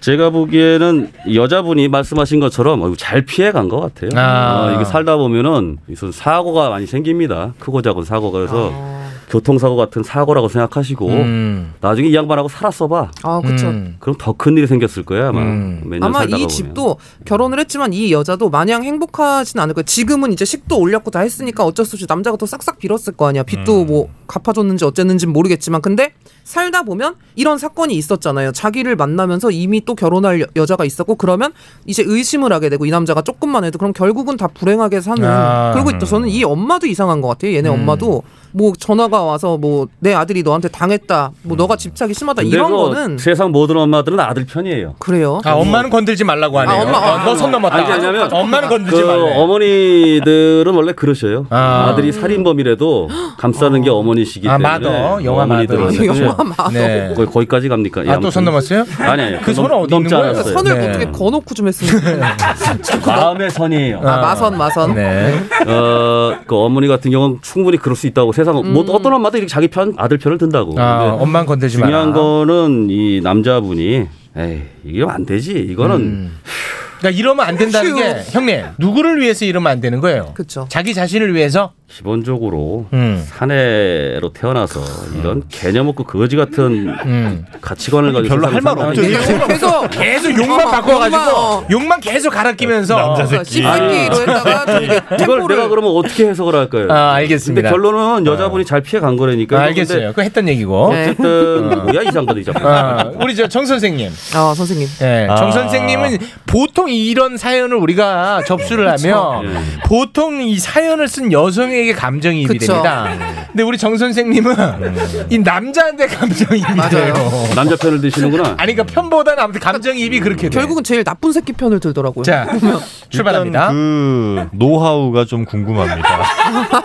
I: 제가 보기에는 여자분이 말씀하신 것처럼 어이구, 잘 피해간 것 같아요.
F: 아.
I: 어, 이게 살다 보면은 무슨 사고가 많이 생깁니다. 크고 작은 사고가 그래서
J: 아.
I: 교통사고 같은 사고라고 생각하시고
F: 음.
I: 나중에 이 양반하고 살았어봐.
J: 아 그쵸.
F: 음.
I: 그럼 더 큰 일이 생겼을 거야 아마.
F: 음.
I: 몇년
J: 아마
I: 살다가
J: 이
I: 보면.
J: 집도 결혼을 했지만 이 여자도 마냥 행복하진 않을 거예요. 지금은 이제 식도 올렸고 다 했으니까 어쩔 수 없이 남자가 더 싹싹 빌었을 거 아니야.
F: 음.
J: 빚도 뭐 갚아줬는지 어쨌는지 모르겠지만 근데 살다 보면 이런 사건이 있었잖아요. 자기를 만나면서 이미 또 결혼할 여- 여자가 있었고 그러면 이제 의심을 하게 되고 이 남자가 조금만 해도 그럼 결국은 다 불행하게 사는.
F: 아. 음.
J: 그리고 또 저는 이 엄마도 이상한 것 같아요. 얘네 엄마도 뭐 전화가 와서 뭐 내 아들이 너한테 당했다. 뭐 너가 집착이 심하다
I: 근데
J: 이런
I: 그
J: 거는
I: 세상 모든 엄마들은 아들 편이에요.
J: 그래요.
F: 아 엄마는 건들지 말라고 하네요.
J: 아, 엄마,
F: 어,
J: 아,
F: 너선 넘었다.
I: 아니, 왜냐면
F: 엄마는
I: 그
F: 건들지 말래.
I: 어머니들은 원래 그러셔요.
F: 아.
I: 아. 들이 살인범이라도 감싸는 게 어머니시기
F: 아,
I: 때문에.
F: 마더, 영화
I: 어머니들은
F: 마더.
I: 그냥
J: 영화 마더.
F: 네.
I: 거의 거기까지 갑니까? 예,
F: 아
I: 아무튼.
F: 또 선 넘었어요?
I: 아니 아니.
F: 그 손은 어디
I: 예, 넘지
F: 있는 거예요?
I: 않았어요. 그
J: 선을
F: 네.
J: 어떻게 거놓고 좀 했으면
I: 마음의 선이에요.
J: 아, 마선 마선.
F: 네.
I: 어, 그 어머니 같은 경우는 충분히 그럴 수 있다고 세상 뭐
J: 음.
I: 어떤 엄마도 이렇게 자기
K: 음,
I: 편 아들 편을 든다고.
F: 아
I: 근데
F: 엄마는 건들지 마라.
I: 중요한 거는 이 남자분이 에이 이게 안 되지 이거는
F: 음. 그러니까 이러면 안 된다는 게 형님 누구를 위해서 이러면 안 되는 거예요.
J: 그쵸.
F: 자기 자신을 위해서.
I: 기본적으로
F: 음.
I: 사내로 태어나서 이런 개념 없고 거지 같은
F: 음.
I: 가치관을 가지고
D: 별로
I: 세상을
D: 할말
I: 살아가는
D: 없죠.
I: 게
J: 계속
F: 계속 욕만
J: 어.
F: 바꿔가지고 욕만 계속 갈아 끼면서.
D: 남자
J: 그러니까
D: 새끼.
J: 씹새끼로
I: 아.
J: 했다가 좀 이렇게
I: 이걸 내가
J: 템포를
I: 그러면 어떻게 해석을 할까요?
F: 아, 알겠습니다.
I: 근데 결론은 여자분이 잘 피해 간 거라니까.
F: 아, 알겠어요. 그거 했던 얘기고.
J: 네.
I: 어쨌든 뭐야 이 장반이 자꾸.
F: 아, 우리 저 정 선생님.
J: 아 선생님
F: 예,
D: 아.
F: 정 선생님은 보통 이런 사연을 우리가 접수를 하면
I: 예.
F: 보통 이 사연을 쓴 여성에게 감정이입이
J: 그쵸.
F: 됩니다. 근데 우리 정 선생님은 이 남자한테 감정이입이 돼요.
I: 남자 편을 드시는구나.
F: 아니 그러니까 편보다는 아무튼 감정이입이 그렇게 돼. 아,
J: 결국은 제일 나쁜 새끼 편을 들더라고요.
F: 자 출발합니다.
D: 일단 그 노하우가 좀 궁금합니다.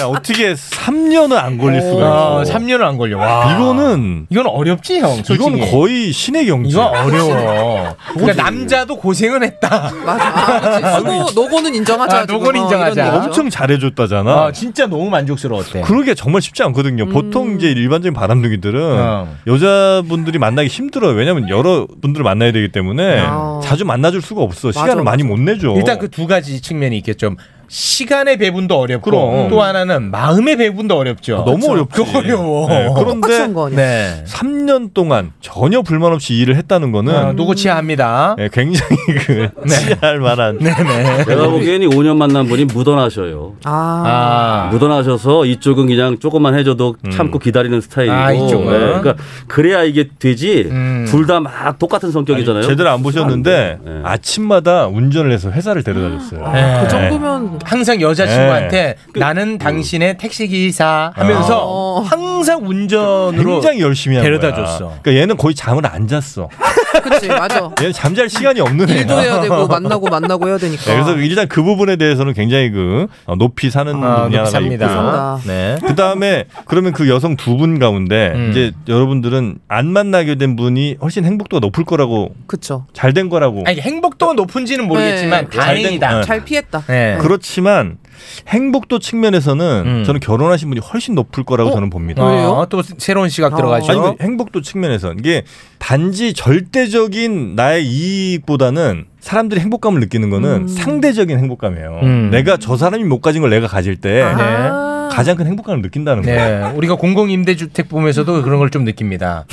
D: 야, 어떻게 3년은 안 걸릴 수가
F: 어,
D: 있어?
F: 3년은 안 걸려. 와.
D: 이거는
F: 이건 어렵지 형. 솔직히.
D: 이건 거의 신의 경지.
F: 이거 어려워. 그러니까 남자도 고생은 했다.
J: 맞아. 아, 그치. 수고 노고는 인정하자.
F: 아, 노고는
J: 지금. 어,
F: 인정하자.
J: 이런 얘기죠.
D: 엄청 잘해줬다잖아.
F: 아, 진짜 너무 만족스러웠대.
D: 그러게 정말 쉽지 않거든요.
J: 음.
D: 보통 이제 일반적인 바람둥이들은
F: 어.
D: 여자분들이 만나기 힘들어요. 왜냐면 여러 분들을 만나야 되기 때문에
J: 아.
D: 자주 만나줄 수가 없어.
J: 맞아,
D: 시간을 많이 못 내줘.
F: 일단 그 두 가지 측면이 있겠죠. 시간의 배분도 어렵고
D: 그럼. 아,
F: 또 하나는 마음의 배분도 어렵죠.
D: 너무 어렵지.
F: 그거 어려워.
D: 네,
J: 똑같이 한
D: 그런데
J: 거 아니야?
F: 네.
D: 3년 동안 전혀 불만 없이 일을 했다는 거는
F: 아, 노고치아합니다. 네.
D: 예, 굉장히 그 치할 만한
I: 제가 보기엔 이 5년 만난 분이 묻어나셔요.
J: 아,
F: 아,
I: 묻어나셔서 이쪽은 그냥 조금만 해줘도
D: 음.
I: 참고 기다리는 스타일이고.
F: 아, 이쪽은.
I: 그러니까 그래야 이게 되지.
F: 음.
I: 둘 다 막 똑같은 성격이잖아요.
D: 제대로 안 보셨는데
I: 안 돼. 예.
D: 아침마다 운전을 해서 회사를 데려다줬어요.
F: 네.
J: 그 정도면 그
F: 항상
D: 네.
F: 여자친구한테 나는 당신의 택시기사
D: 아.
F: 하면서
J: 어.
F: 항상 운전으로
D: 굉장히 열심히 한
F: 데려다
D: 거야.
F: 줬어.
D: 그러니까 얘는 거의 잠을 안 잤어.
J: 그치 맞아.
D: 얘는 잠잘 시간이 없는 애야.
F: 네.
J: 일도 해야 되고 만나고 만나고 해야 되니까.
D: 네, 그래서 일단 그 부분에 대해서는 굉장히 그 어, 높이 사는
F: 아,
D: 분이
F: 높이
D: 하나가 있고
F: 삽니다.
J: 있구나.
F: 네.
D: 그 다음에 그러면 그 여성 두 분 가운데
F: 음.
D: 이제 여러분들은 안 만나게 된 분이 훨씬 행복도가 높을 거라고
J: 그쵸.
D: 잘 된 거라고
F: 아니 행복도가 높은지는 모르겠지만
J: 네.
F: 다행이다.
D: 네.
J: 잘 피했다.
F: 네.
D: 그렇지만 행복도 측면에서는
F: 음.
D: 저는 결혼하신 분이 훨씬 높을 거라고 저는 봅니다.
J: 어? 왜요?
F: 어, 또 새로운 시각
J: 어.
F: 들어가죠.
D: 아니 그 행복도 측면에서 이게 단지 절대적인 나의 이익보다는 사람들이 행복감을 느끼는 거는
J: 음.
D: 상대적인 행복감이에요.
F: 음.
D: 내가 저 사람이 못 가진 걸 내가 가질 때
J: 아.
D: 가장 큰 행복감을 느낀다는 거예요.
F: 네, 우리가 공공 임대주택 보면서도 그런 걸 좀 느낍니다.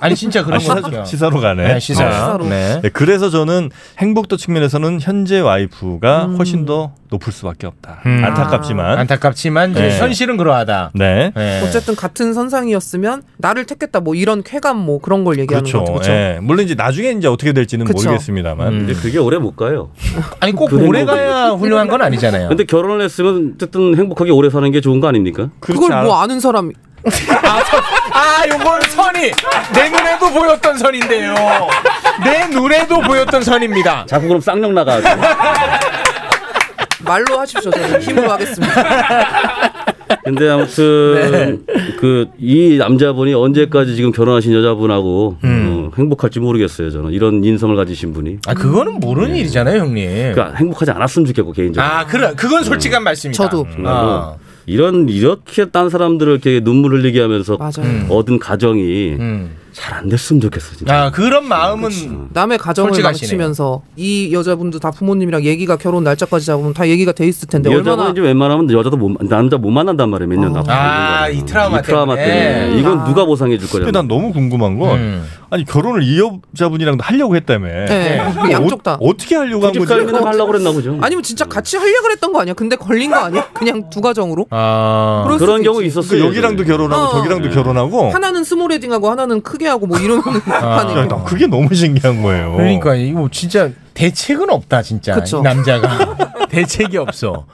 F: 아니 진짜
D: 아,
F: 그런 거
D: 시사,
F: 같아요.
D: 시사로 가네.
F: 네, 시사.
J: 시사로.
F: 네.
D: 네, 그래서 저는 행복도 측면에서는 현재 와이프가
J: 음.
D: 훨씬 더 높을 수밖에 없다.
F: 음.
D: 안타깝지만.
F: 안타깝지만 이제
D: 네.
F: 현실은 그러하다.
D: 네.
F: 네.
J: 어쨌든 같은 선상이었으면 나를 택했다 뭐 이런 쾌감 뭐 그런 걸 얘기하는
D: 그렇죠.
J: 거죠. 그렇죠.
D: 예. 물론 이제 나중에 이제 어떻게 될지는
J: 그쵸.
D: 모르겠습니다만.
F: 음.
I: 근데 그게 오래 못 가요.
F: 아니 꼭
I: 그
F: 오래 가야 훌륭한 건 아니잖아요.
I: 근데 결혼을 했으면 어쨌든 행복하게 오래 사는 게 좋은 거 아닙니까?
J: 그걸 뭐 아는 사람
F: 아, 선- 아, 요건 선이 내 눈에도 보였던 선인데요. 내 눈에도 보였던 선입니다.
I: 자꾸 그럼 쌍욕 나가.
J: 말로 하십시오. 저는 힘으로 하겠습니다.
I: 근데
F: 네.
I: 아무튼 그 이 남자분이 언제까지 지금 결혼하신 여자분하고 어, 행복할지 모르겠어요. 저는 이런 인성을 가지신 분이.
F: 음. 아 그거는 모르는 일이잖아요, 형님.
I: 예. 그러니까 행복하지 않았으면 좋겠고 개인적으로.
F: 아, 그래. 그건 솔직한 말씀이다.
J: 저도.
I: 정말로
F: 아.
I: 이런 이렇게 딴 사람들을 이렇게 눈물 흘리게 하면서
J: 맞아요.
F: 음.
I: 얻은 가정이
F: 음.
I: 잘 안 됐으면 좋겠어
D: 네.
I: 진짜.
F: 아, 그런 마음은
J: 남의 가정을
F: 솔직하시네요.
J: 망치면서 이 여자분도 다 부모님이랑 얘기가 결혼 날짜까지 잡으면 다 얘기가 돼 있을 텐데
I: 여자는
J: 얼마나
I: 이제 웬만하면 여자도 못, 남자 못 만난단 말이에요. 몇 년
J: 어.
I: 앞으로.
F: 아,
I: 있는 거는.
F: 이 트라우마
I: 이 트라우마
F: 때문에. 네.
I: 때문에. 이건
J: 아.
I: 누가 보상해 줄 거냐.
D: 근데 난 너무 궁금한 건
F: 음.
D: 아니 결혼을 이 여자분이랑도 하려고 했다며.
J: 예,
D: 그거
J: 그 양쪽 다.
D: 어, 어떻게 하려고 한
I: 집
D: 거지?
I: 갈면 하려고 그랬나 보죠.
J: 아니면 진짜 같이 하려고 그랬던 거 아니야? 근데 걸린 거 아니야? 그냥 두 가정으로?
F: 아.
J: 그럴
I: 그런
J: 수도
I: 경우
J: 있지.
D: 그
I: 있었어요.
D: 여기랑도
I: 예전에.
D: 결혼하고
J: 어.
D: 저기랑도 결혼하고.
J: 하나는 스몰 헤딩하고 하나는 크게 하고 뭐 이런
F: 아.
D: 야,
J: 하니까.
D: 나 그게 너무 신기한 거예요.
F: 그러니까 이거 진짜 대책은 없다 진짜
J: 그쵸.
F: 이 남자가 대책이 없어.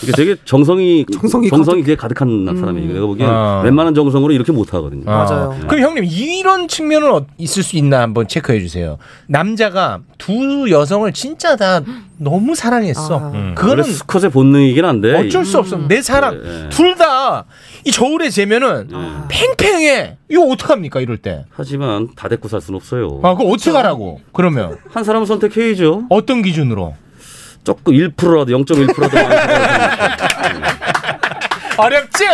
I: 그러니까 되게 정성이
J: 정성이
I: 정성이, 되게 가득한 음. 사람이에요. 내가 보기엔
F: 아.
I: 웬만한 정성으로 이렇게 못 하거든요. 네.
J: 맞아요.
F: 아. 그럼 형님 이런 측면은 어- 있을 수 있나 한번 체크해 주세요. 남자가 두 여성을 진짜 다 너무 사랑했어.
J: 아. 음.
D: 음.
F: 그거는
I: 원래 스컷의 본능이긴 한데
F: 어쩔 수 없어. 내 사랑
I: 예, 예.
F: 둘 다 이 저울에 재면은 팽팽해. 이거 어떡합니까 이럴 때?
I: 하지만 다 데리고 살 순 없어요.
F: 아, 그거
J: 그렇죠.
F: 어떻게 하라고? 그러면
I: 한 사람 선택해야죠.
F: 어떤 기준으로?
I: 조금 1%라도 0.1%라도
F: 어렵지?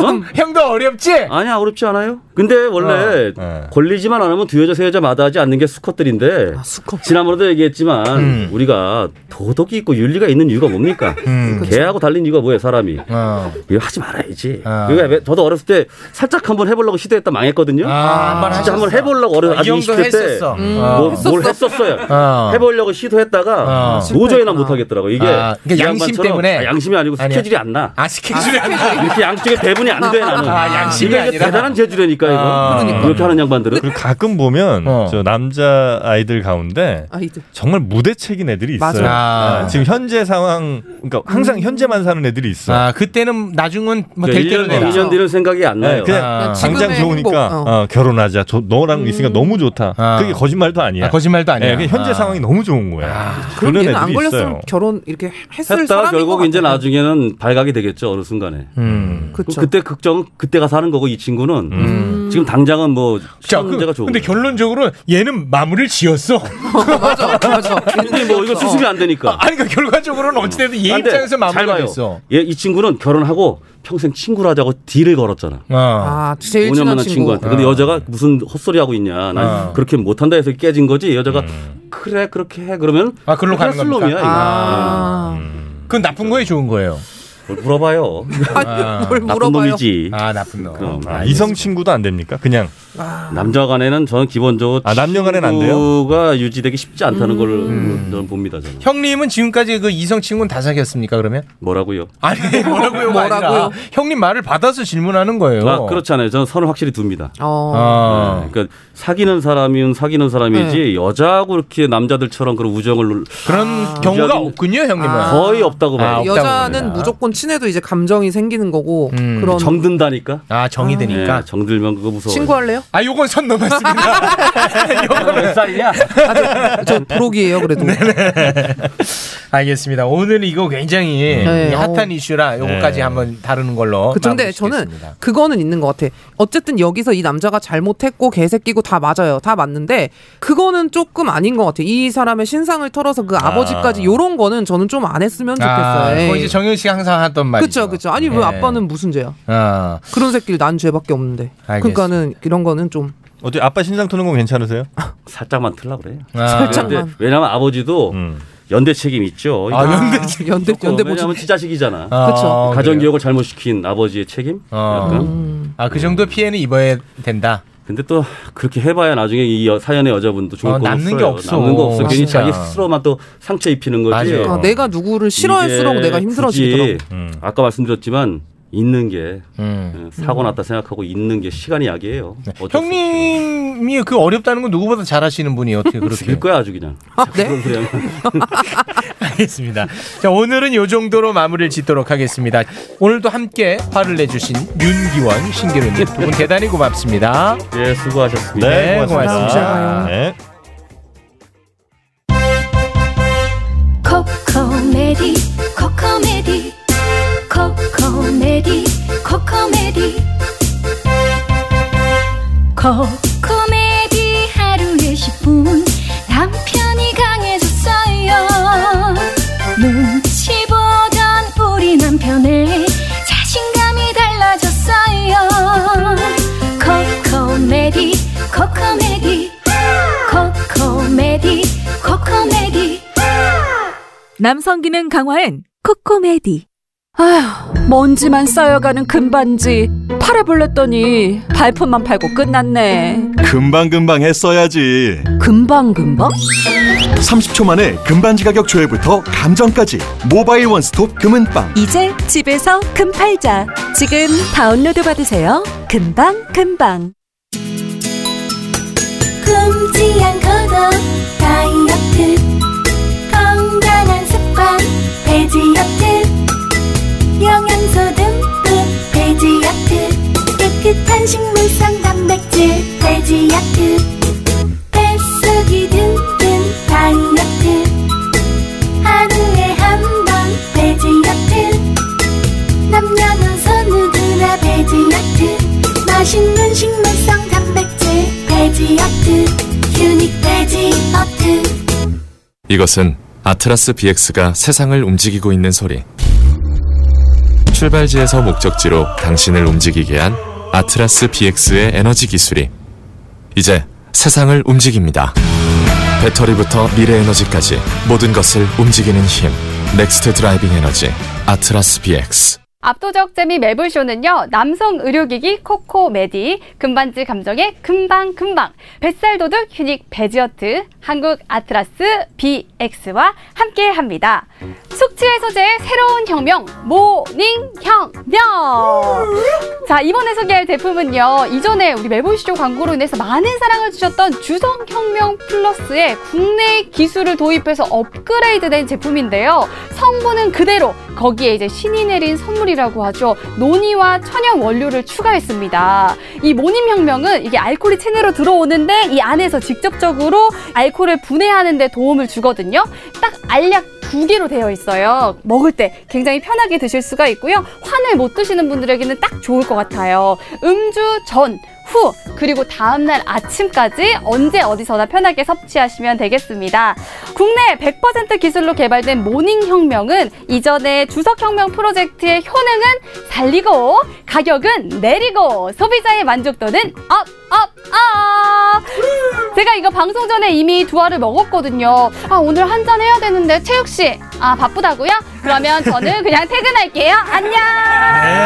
I: 많이 어?
F: 형도 아, 어렵지?
I: 아니야 어렵지 않아요. 근데 원래
D: 네.
I: 걸리지만 않으면 두 여자 세 여자 마다하지 않는 게 아, 수컷들인데
J: 수컷.
I: 지난번에도 얘기했지만
F: 음.
I: 우리가 도덕이 있고 윤리가 있는 이유가 뭡니까?
K: 그렇죠.
I: 개하고 달린 이유가 뭐예요 사람이?
F: 어.
I: 음, 이거 하지 말아야지.
F: 아.
I: 그러니까 왜- 저도 어렸을 때 살짝 한번 해보려고 시도했다 망했거든요.
F: 아, 한번
I: 진짜 한번
F: 하셨어.
I: 해보려고 어려
F: 아, 이
I: 아주
F: 형도
I: 20대 때
F: 했었어.
J: 음.
F: 어.
I: 뭐, 뭘 했었어요.
F: 어.
I: 해보려고 시도했다가
D: 음.
J: 아,
F: 어.
I: 도저히
J: 실패했구나.
I: 난 못하겠더라고. 이게
F: 아, 그러니까
I: 이
F: 양심
I: 양반처럼-
F: 때문에?
I: 아, 양심이 아니고 스케줄이 안 나.
F: 아 스케줄이 안 나.
I: 이렇게 양쪽에 배분이 안 돼 나는.
F: 아, 양심이
I: 이게 이제
F: 아니라?
I: 대단한 재주라니까 이거.
F: 아, 그러니까.
I: 이렇게 하는 양반들은.
D: 그리고 가끔 보면
F: 어.
D: 저 남자 아이들 가운데
J: 아이들.
D: 정말 무대책인 애들이
J: 맞아.
D: 있어요.
F: 아.
D: 아, 지금 현재 상황, 그러니까 항상 현재만 사는 애들이 있어.
F: 아 그때는 나중은 뭐 될 때로
I: 1년,
F: 되라.
I: 2년 뒤는 네. 생각이 안
D: 네,
I: 나요.
D: 그냥
F: 아. 음.
D: 당장
J: 지금의
D: 좋으니까
J: 행복,
D: 어, 결혼하자. 저, 너랑 있으니까 너무 좋다.
F: 아.
D: 그게 거짓말도 아니야.
F: 아, 거짓말도 아니야.
D: 네, 그냥 현재
F: 아.
D: 상황이 너무 좋은 거야.
J: 그럼 얘는 그러니까 안 걸렸으면
D: 있어요.
J: 결혼 이렇게 했을
I: 했다가
J: 사람인
I: 결국
J: 것
I: 이제
J: 같아요.
I: 나중에는 발각이 되겠죠 어느 순간에.
F: 음.
I: 그
J: 그쵸.
I: 그때 극정 그때가 사는 거고 이 친구는
D: 음.
I: 지금 당장은 뭐
F: 자,
I: 시험
F: 그,
I: 문제가 좋은.
F: 근데
I: 거예요.
F: 결론적으로 얘는 마무리를 지었어.
J: 어, 맞아 맞아. 그렇죠.
I: 근데 뭐 이거 수습이 안 되니까.
F: 아니 그러니까 결과적으로는 어찌됐든 얘
I: 근데
F: 입장에서
I: 네. 잘
F: 마무리가
I: 봐요.
F: 됐어.
I: 얘, 이 친구는 결혼하고 평생 친구를 하자고 딜을 걸었잖아.
F: 어.
J: 아 제일
I: 5년
J: 친한
I: 만난
J: 친구.
I: 친구한테. 근데
F: 아.
I: 여자가 무슨 헛소리 하고 있냐. 난
F: 아. 음.
I: 그렇게 못한다 해서 깨진 거지. 여자가 그래 그렇게 해 그러면
F: 아, 그걸로 가는
I: 헬스
F: 겁니까?
I: 놈이야. 이거.
J: 아.
F: 그건 나쁜 거예요, 좋은 거예요.
I: 뭘 물어봐요.
J: 아니, 뭘
I: 나쁜
J: 물어봐요.
I: 놈이지.
F: 아 나쁜 거.
I: 그럼
D: 이성 친구도 안 됩니까? 그냥
J: 아.
I: 남자 간에는 저는 기본적으로
D: 아, 남녀 간에는 안 돼요?
I: 친구가 유지되기 쉽지 않다는 걸
J: 음.
I: 저는 봅니다. 저는.
F: 형님은 지금까지 그 이성 친구는 다 사귀었습니까? 그러면?
I: 뭐라고요?
F: 아니 뭐라고요? 뭐라고요?
J: 뭐라고요?
F: 형님 말을 받아서 질문하는 거예요.
I: 아, 그렇잖아요. 저는 선을 확실히 둡니다.
J: 어.
F: 아,
I: 네, 그러니까 사귀는 사람이면 사귀는 사람이지
J: 네.
I: 여자하고 이렇게 남자들처럼 그런 우정을 눌-
F: 그런 아, 경우가
I: 여자는-
F: 없군요, 형님은.
I: 아, 거의 없다고
F: 아,
I: 봐요.
F: 없다고
J: 아. 여자는
F: 그러나.
J: 무조건 친해도 이제 감정이 생기는 거고
F: 음.
J: 그런
I: 정든다니까.
F: 아 정이 되니까.
I: 네, 정들면 그거 무서워.
J: 친구할래요?
F: 아 요건 선 넘었습니다.
I: 아, 몇 살이야?
J: 저 부록이에요 그래도.
F: 알겠습니다. 오늘 이거 굉장히
J: 네.
F: 이 핫한 이슈라 요거까지
D: 네.
F: 한번 다루는 걸로.
J: 그 근데 저는
F: 마무리시겠습니다.
J: 그거는 있는 것 같아. 어쨌든 여기서 이 남자가 잘못했고 개새끼고 다 맞아요. 다 맞는데 그거는 조금 아닌 것 같아. 이 사람의 신상을 털어서 그 아. 버지까지 요런 거는 저는 좀 안 했으면 좋겠어요.
F: 아,
J: 예.
F: 그거 이제 정현 씨가 항상 하던 말이죠.
J: 그쵸 그쵸. 아니 왜
F: 예.
J: 아빠는 무슨 죄야?
F: 아,
J: 그런 새끼를 난 죄밖에 없는데.
F: 알겠습니다.
J: 그러니까는 이런 거는 좀
D: 어때 아빠 신상 트는 건 괜찮으세요?
I: 살짝만 틀라 그래요.
F: 아,
J: 살짝.
I: 근데 왜냐면 아버지도
D: 음.
I: 연대 책임 이 있죠.
F: 아, 연대
J: 아, 연대 연대 보지.
I: 왜냐면 지자식이잖아.
F: 아,
J: 그쵸.
I: 가정
F: 그래요.
I: 교육을 잘못시킨 아버지의 책임.
F: 어.
I: 약간.
F: 아, 그 정도 피해는 입어야 된다.
I: 근데 또 그렇게 해봐야 나중에 이 여- 사연의 여자분도 좋을
F: 어,
I: 거 없어요.
F: 남는 게 없어.
I: 남는 거 없어. 괜히
F: 진짜.
I: 자기 스스로만 또 상처 입히는 거지.
F: 맞아요.
J: 아, 내가 누구를 싫어할수록
I: 이게
J: 내가 힘들어지더라고.
I: 굳이
D: 음.
I: 아까 말씀드렸지만 있는 게
F: 음.
I: 어, 사고 났다 생각하고 있는 게 시간이 약이에요. 어쩔 수
F: 형님이 그 어렵다는 건 누구보다 잘하시는 분이 어떻게
I: 없죠. 일
F: 그렇게
I: 거야 아주 그냥. 자꾸
J: 네?
I: 그런 소리 하면.
F: 알겠습니다. 자 오늘은 요 정도로 마무리를 짓도록 하겠습니다. 오늘도 함께 화를 내주신 윤기원, 신기루님 두 분 대단히 고맙습니다.
I: 예, 수고하셨습니다.
F: 네, 고맙습니다.
D: 고맙습니다. 네.
H: 코코메디 코코메디 코코메디 코코메디 코코메디 하루의
A: 남성 기능 강화엔 코코메디.
L: 아휴, 먼지만 쌓여가는 금반지 팔아볼랬더니 발품만 팔고 끝났네.
M: 금방금방 했어야지.
L: 금방금방?
M: 30초 만에 금반지 가격 조회부터 감정까지 모바일 원스톱 금은빵.
L: 이제 집에서 금팔자. 지금 다운로드 받으세요. 금방금방.
E: 굶지한 거거 다이어트 건강한 습관 배지어트 영양소 듬뿍 배지어트 깨끗한 식물성 단백질 배지어트 뱃속이 든든 다이어트 하루에 한 번 배지어트 남녀노소 누구나 배지어트 맛있는 식물성 단백질 배지어트 휴닉 배지어트
N: 이것은 아트라스 BX가 세상을 움직이고 있는 소리. 출발지에서 목적지로 당신을 움직이게 한 아트라스 BX의 에너지 기술이 이제 세상을 움직입니다. 배터리부터 미래 에너지까지 모든 것을 움직이는 힘. 넥스트 드라이빙 에너지 아트라스 BX.
G: 압도적 재미 매불쇼는요, 남성 의료기기 코코메디, 금반지 감정의 금방금방, 뱃살 도둑 휴닉 베지어트, 한국 아트라스 BX와 함께 합니다. 숙취 해소제의 새로운 혁명, 모닝 혁명! 자, 이번에 소개할 제품은요, 이전에 우리 매불쇼 광고로 인해서 많은 사랑을 주셨던 주성혁명 플러스의 국내 기술을 도입해서 업그레이드된 제품인데요. 성분은 그대로 거기에 이제 신이 내린 선물이라고 하죠. 논이와 천연 원료를 추가했습니다. 이 모님 혁명은 이게 알코올이 체내로 들어오는데 이 안에서 직접적으로 알코올을 분해하는 데 도움을 주거든요. 딱 알약 두 개로 되어 있어요. 먹을 때 굉장히 편하게 드실 수가 있고요. 환을 못 드시는 분들에게는 딱 좋을 것 같아요. 음주 전, 후, 그리고 다음날 아침까지 언제 어디서나 편하게 섭취하시면 되겠습니다. 국내 100% 기술로 개발된 모닝혁명은 이전에 주석혁명 프로젝트의 효능은 살리고, 가격은 내리고, 소비자의 만족도는 업, 업, 업! 제가 이거 방송 전에 이미 두 알을 먹었거든요. 아, 오늘 한 잔 해야 되는데, 체육씨, 아, 바쁘다고요? 그러면 저는 그냥 퇴근할게요. 안녕!
F: 에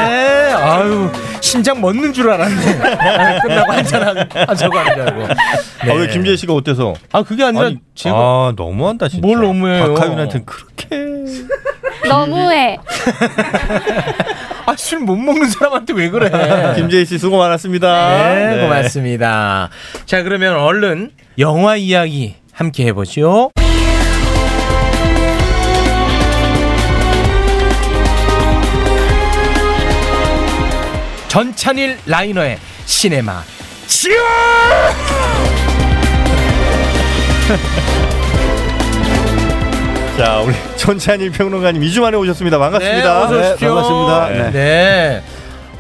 F: 네, 아유 심장 멎는 줄 알았네. 아, 끝나고 한잔하고 아, 저거 하자고. 네.
D: 아, 왜 김재희 씨가 어때서?
F: 아 그게 아니라
D: 아니,
F: 제가
D: 아 너무한다 진짜.
F: 뭘 너무해요?
D: 박하윤한테 그렇게
G: 너무해.
F: 아 술 못 먹는 사람한테 왜 그래?
D: 네. 김재희 씨 수고 많았습니다.
F: 네, 고맙습니다. 자 그러면 얼른 영화 이야기 함께 해보죠. 전찬일 라이너의 시네마 지옥!
D: 자 우리 전찬일 평론가님 2주 만에 오셨습니다. 반갑습니다.
F: 네, 어서 오십시오.
D: 반갑습니다.
F: 네.
D: 네.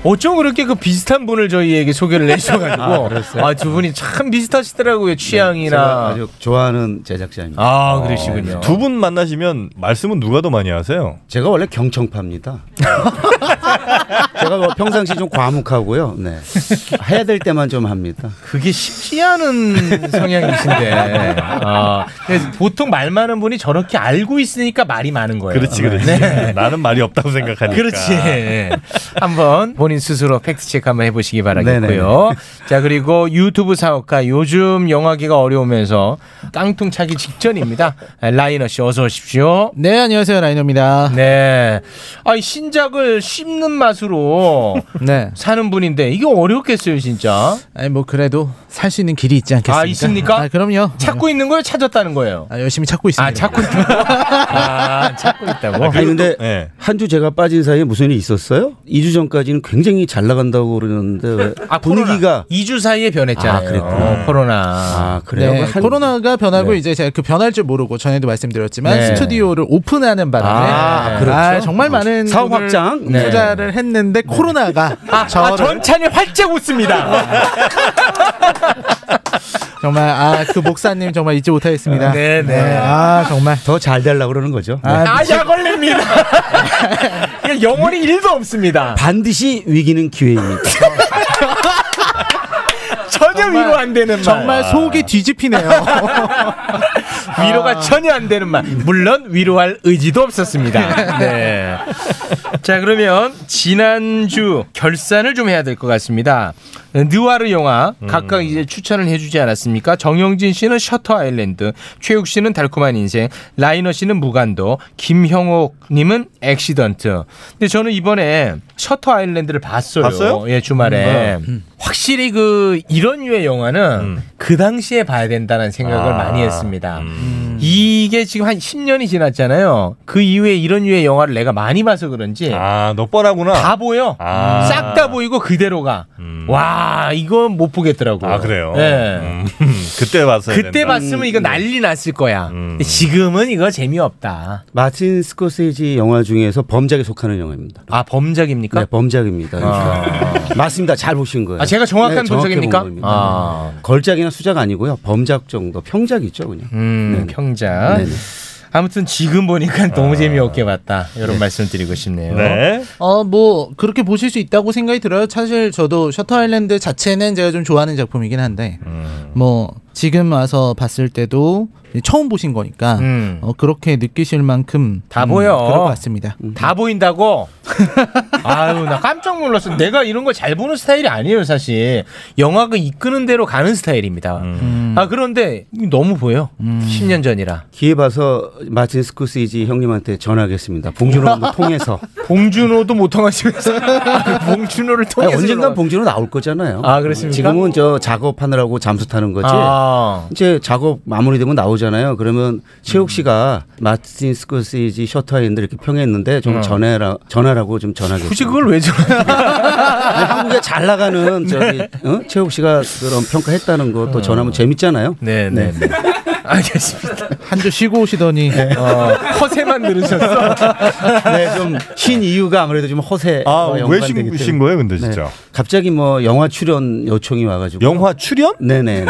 F: 어쩜 그렇게 그 비슷한 분을 저희에게 소개를
K: 아,
F: 해주셔가지고
K: 그랬어요?
F: 아 두 분이 참 비슷하시더라고요
K: 제가
F: 취향이나
K: 아주 좋아하는 제작자입니다.
F: 아, 그러시군요.
D: 두 분 만나시면 말씀은 누가 더 많이 하세요?
K: 제가 원래 경청파입니다. 제가 뭐 평상시 좀 과묵하고요. 네. 해야 될 때만 좀 합니다.
F: 그게 심시하는 성향이신데 아, 근데 보통 말 많은 분이 저렇게 알고 있으니까 말이 많은 거예요.
D: 그렇지 그렇지.
F: 네.
D: 나는 말이 없다고 생각하니까.
F: 그렇지. 한번 본인 스스로 팩트 체크 한번 해보시기 바라겠고요. 자 그리고 유튜브 사업가 요즘 영화계가 어려우면서 깡통 차기 직전입니다. 아, 라이너 씨 어서 오십시오.
O: 네, 안녕하세요. 라이너입니다.
F: 네. 아, 이 신작을 씹는 맛으로
O: 네.
F: 사는 분인데 이게 어렵겠어요, 진짜.
O: 아니 뭐 그래도 살 수 있는 길이 있지 않겠습니까?
F: 아, 있습니까?
O: 아, 그럼요.
F: 찾고 있는 거예요? 찾았다는 거예요?
O: 아, 열심히 찾고 있습니다.
F: 아, 찾고 있다고? 아, 찾고 있다고?
K: 아니 근데
F: 예.
K: 한 주 제가 빠진 사이에 무슨 일이 있었어요? 2주 전까지는 굉장히 잘 나간다고 그러는데 왜
F: 아,
K: 분위기가
F: 2주 사이에 변했잖아요.
K: 아, 그랬구나.
F: 어, 코로나.
K: 아, 그래요?
O: 네,
K: 한-
O: 코로나가 변하고
K: 네.
O: 이제 제가 그 변할 줄 모르고 전에도 말씀드렸지만
K: 네.
O: 스튜디오를 오픈하는 바람에
K: 아,
O: 아,
K: 그렇죠.
O: 정말 많은
K: 사업
O: 돈을
K: 확장? 네.
O: 투자를 했는데 코로나가 저를
F: 아, 전찬이 활짝 웃습니다.
O: 정말 아 그 목사님 정말 잊지 못하겠습니다.
F: 네, 네.
O: 아 정말
K: 더 잘 되려고 그러는 거죠. 네.
O: 아,
F: 아, 약 올립니다. 이게 영혼이 1도 없습니다.
K: 반드시 위기는 기회입니다.
F: 전혀 위로 안 되는 말.
O: 정말 속이 뒤집히네요.
D: 아.
F: 위로가 전혀 안 되는 말. 물론 위로할 의지도 없었습니다. 네. 자 그러면 지난주 결산을 좀 해야 될 것 같습니다. 느와르 영화
D: 음.
F: 각각 이제 추천을 해주지 않았습니까? 정영진 씨는 셔터 아일랜드, 최욱 씨는 달콤한 인생, 라이너 씨는 무간도, 김형옥님은 엑시던트. 근데 저는 이번에 셔터 아일랜드를 봤어요.
D: 봤어요?
F: 예 주말에
D: 음.
F: 확실히 그 이런 류의 영화는 그 당시에 봐야 된다는 생각을
D: 아,
F: 많이 했습니다.
D: 음.
F: 이게 지금 한 10년이 지났잖아요. 그 이후에 이런 류의 영화를 내가 많이 봐서 그런지 아너 뻔하구나. 다 보여.
D: 아. 음.
F: 싹 다 보이고 그대로가. 와 이건 못 보겠더라고요.
D: 아 그래요.
F: 예.
D: 음, 그때 음. 봤어요.
F: 그때 봤으면 이거 난리 났을 거야.
D: 음.
F: 근데 지금은 이거 재미없다.
K: 마틴 스코세지 영화 중에서 범작에 속하는 영화입니다.
F: 아 범작입니까?
K: 네, 범작입니다. 그러니까 맞습니다. 잘 보신 거예요. 네,
F: 아, 제가 정확한
K: 정확히 본
F: 분석입니까?
K: 겁니다. 네.
F: 아.
K: 걸작이나 수작 아니고요. 범작 정도, 평작이죠, 그냥. 네.
F: 음, 평작. 아무튼 지금 보니까
D: 아.
F: 너무 재미없게 봤다. 이런
O: 네.
F: 말씀 드리고 싶네요.
O: 어뭐 그렇게 보실 수 있다고 생각이 들어요. 사실 저도 셔터 아일랜드 자체는 제가 좀 좋아하는 작품이긴 한데
K: 음.
O: 뭐 지금 와서 봤을 때도 처음 보신 거니까
F: 음.
O: 어, 그렇게 느끼실 만큼 음,
F: 다 보여.
O: 그럴 것 같습니다.
K: 음.
F: 다 보인다고? 아유, 나 깜짝 놀랐어. 내가 이런 걸 잘 보는 스타일이 아니에요, 사실. 영화가 이끄는 대로 가는
K: 음.
F: 스타일입니다. 아, 그런데 너무 보여. 10년 전이라.
K: 기회 봐서 마틴 스코세지 형님한테 전화하겠습니다. 봉준호 한번 통해서.
F: 봉준호도 못 통하시면서 봉준호를 통해서
K: 아니,
F: 전화-
K: 언젠간 봉준호 나올 거잖아요.
F: 아, 그렇습니까?
K: 어? 지금은 저 작업하느라고 잠수 타는 거지.
F: 아.
K: 이제 작업 마무리되면 나오잖아요. 그러면 최욱 씨가 마틴 스코세지 셔터 아일랜드 이렇게 평했는데 좀
F: 음.
K: 전해라 전화라고 좀 전하겠습니다.
F: 굳이 그걸 네. 왜 전화?
K: 아니, 한국에 잘 나가는 저기 어? 최욱 씨가 그런 평가했다는 거 또 전하면 재밌잖아요.
F: 음. 네, 네. 네. 알겠습니다.
O: 한 주 쉬고 오시더니
F: 어, 허세만 들으셨어.
K: 아. 네, 좀 쉰 이유가 아무래도 좀 허세.
D: 아,
O: 뭐
D: 왜 쉰- 쉰 거예요, 근데 진짜?
K: 네. 갑자기 뭐 영화 출연 요청이 와가지고.
D: 영화 출연? 아,
K: 네네.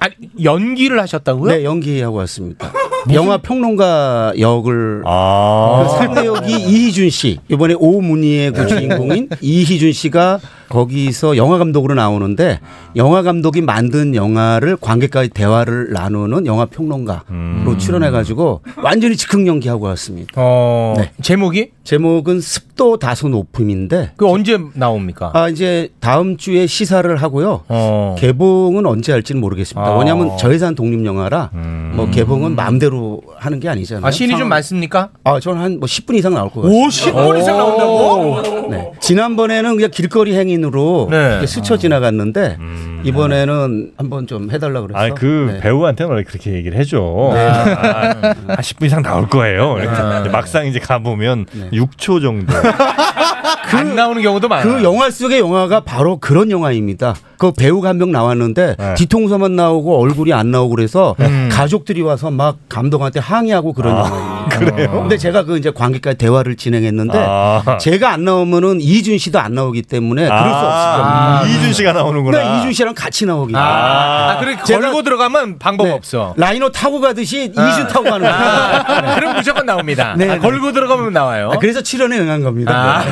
F: 연기를 하셨다고요?
K: 네, 연기하고 왔습니다. 영화 평론가 역을
D: 아.
K: 그 상대 역이 이희준 씨 이번에 오문희의
F: 네.
K: 그 주인공인 이희준 씨가 거기서 영화 감독으로 나오는데
F: 아.
K: 영화 감독이 만든 영화를 관객과의 대화를 나누는 영화 평론가로 출연해가지고 완전히 즉흥 연기하고 왔습니다.
F: 음.
K: 네.
F: 어, 제목이?
K: 제목은 습도 다소 높음인데
F: 그 언제 나옵니까? 어.
K: 아 이제 다음 주에 시사를 하고요. 개봉은 언제 할지는 모르겠습니다.
F: 아. 음.
K: 왜냐하면 저예산 독립 영화라 뭐 개봉은 마음대로 하는 게 아니잖아요.
F: 아, 씬이 좀
K: 상황-
F: 많습니까?
K: 아 저는 한 뭐 10분 이상 나올 것 같아요.
F: 오, 10분 이상 나온다고?
K: 네. 지난번에는 그냥 길거리 행인으로
D: 네.
K: 이렇게 스쳐 지나갔는데 네. 이번에는 한번 좀 해달라 그랬어.
D: 음, 아니 그 배우한테는 원래 그렇게 얘기를 해줘.
K: 네. 아.
D: 아, 아, 10분 이상 나올 거예요. 근데 막상 이제 가보면
K: 네.
D: 6초 정도.
F: 아, 그 안 나오는 경우도 많아요.
K: 그 영화 속의 영화가 바로 그런 영화입니다. 그 배우가 한 명 나왔는데
D: 네.
K: 뒤통수만 나오고 얼굴이 안 나오고 그래서
D: 음.
K: 가족들이 와서 막 감독한테 항의하고 그런 영화입니다.
D: 아, 그래요?
K: 근데 제가 그 이제 관객과 대화를 진행했는데
D: 아.
K: 제가 안 나오면은 이준 씨도 안 나오기 때문에 그럴 수
D: 아,
K: 없어요.
D: 이준 씨가 나오는구나.
K: 네, 이준 씨랑 같이 나오기.
F: 아, 그래
K: 제가 네.
F: 걸고 들어가면 방법 없어.
K: 라이노 타고 가듯이 이준 타고 가는 거예요.
F: 아, 그럼 무조건 나옵니다.
K: 네,
F: 아,
K: 네.
F: 걸고 들어가면 나와요.
K: 아, 그래서 출연에 응한 겁니다.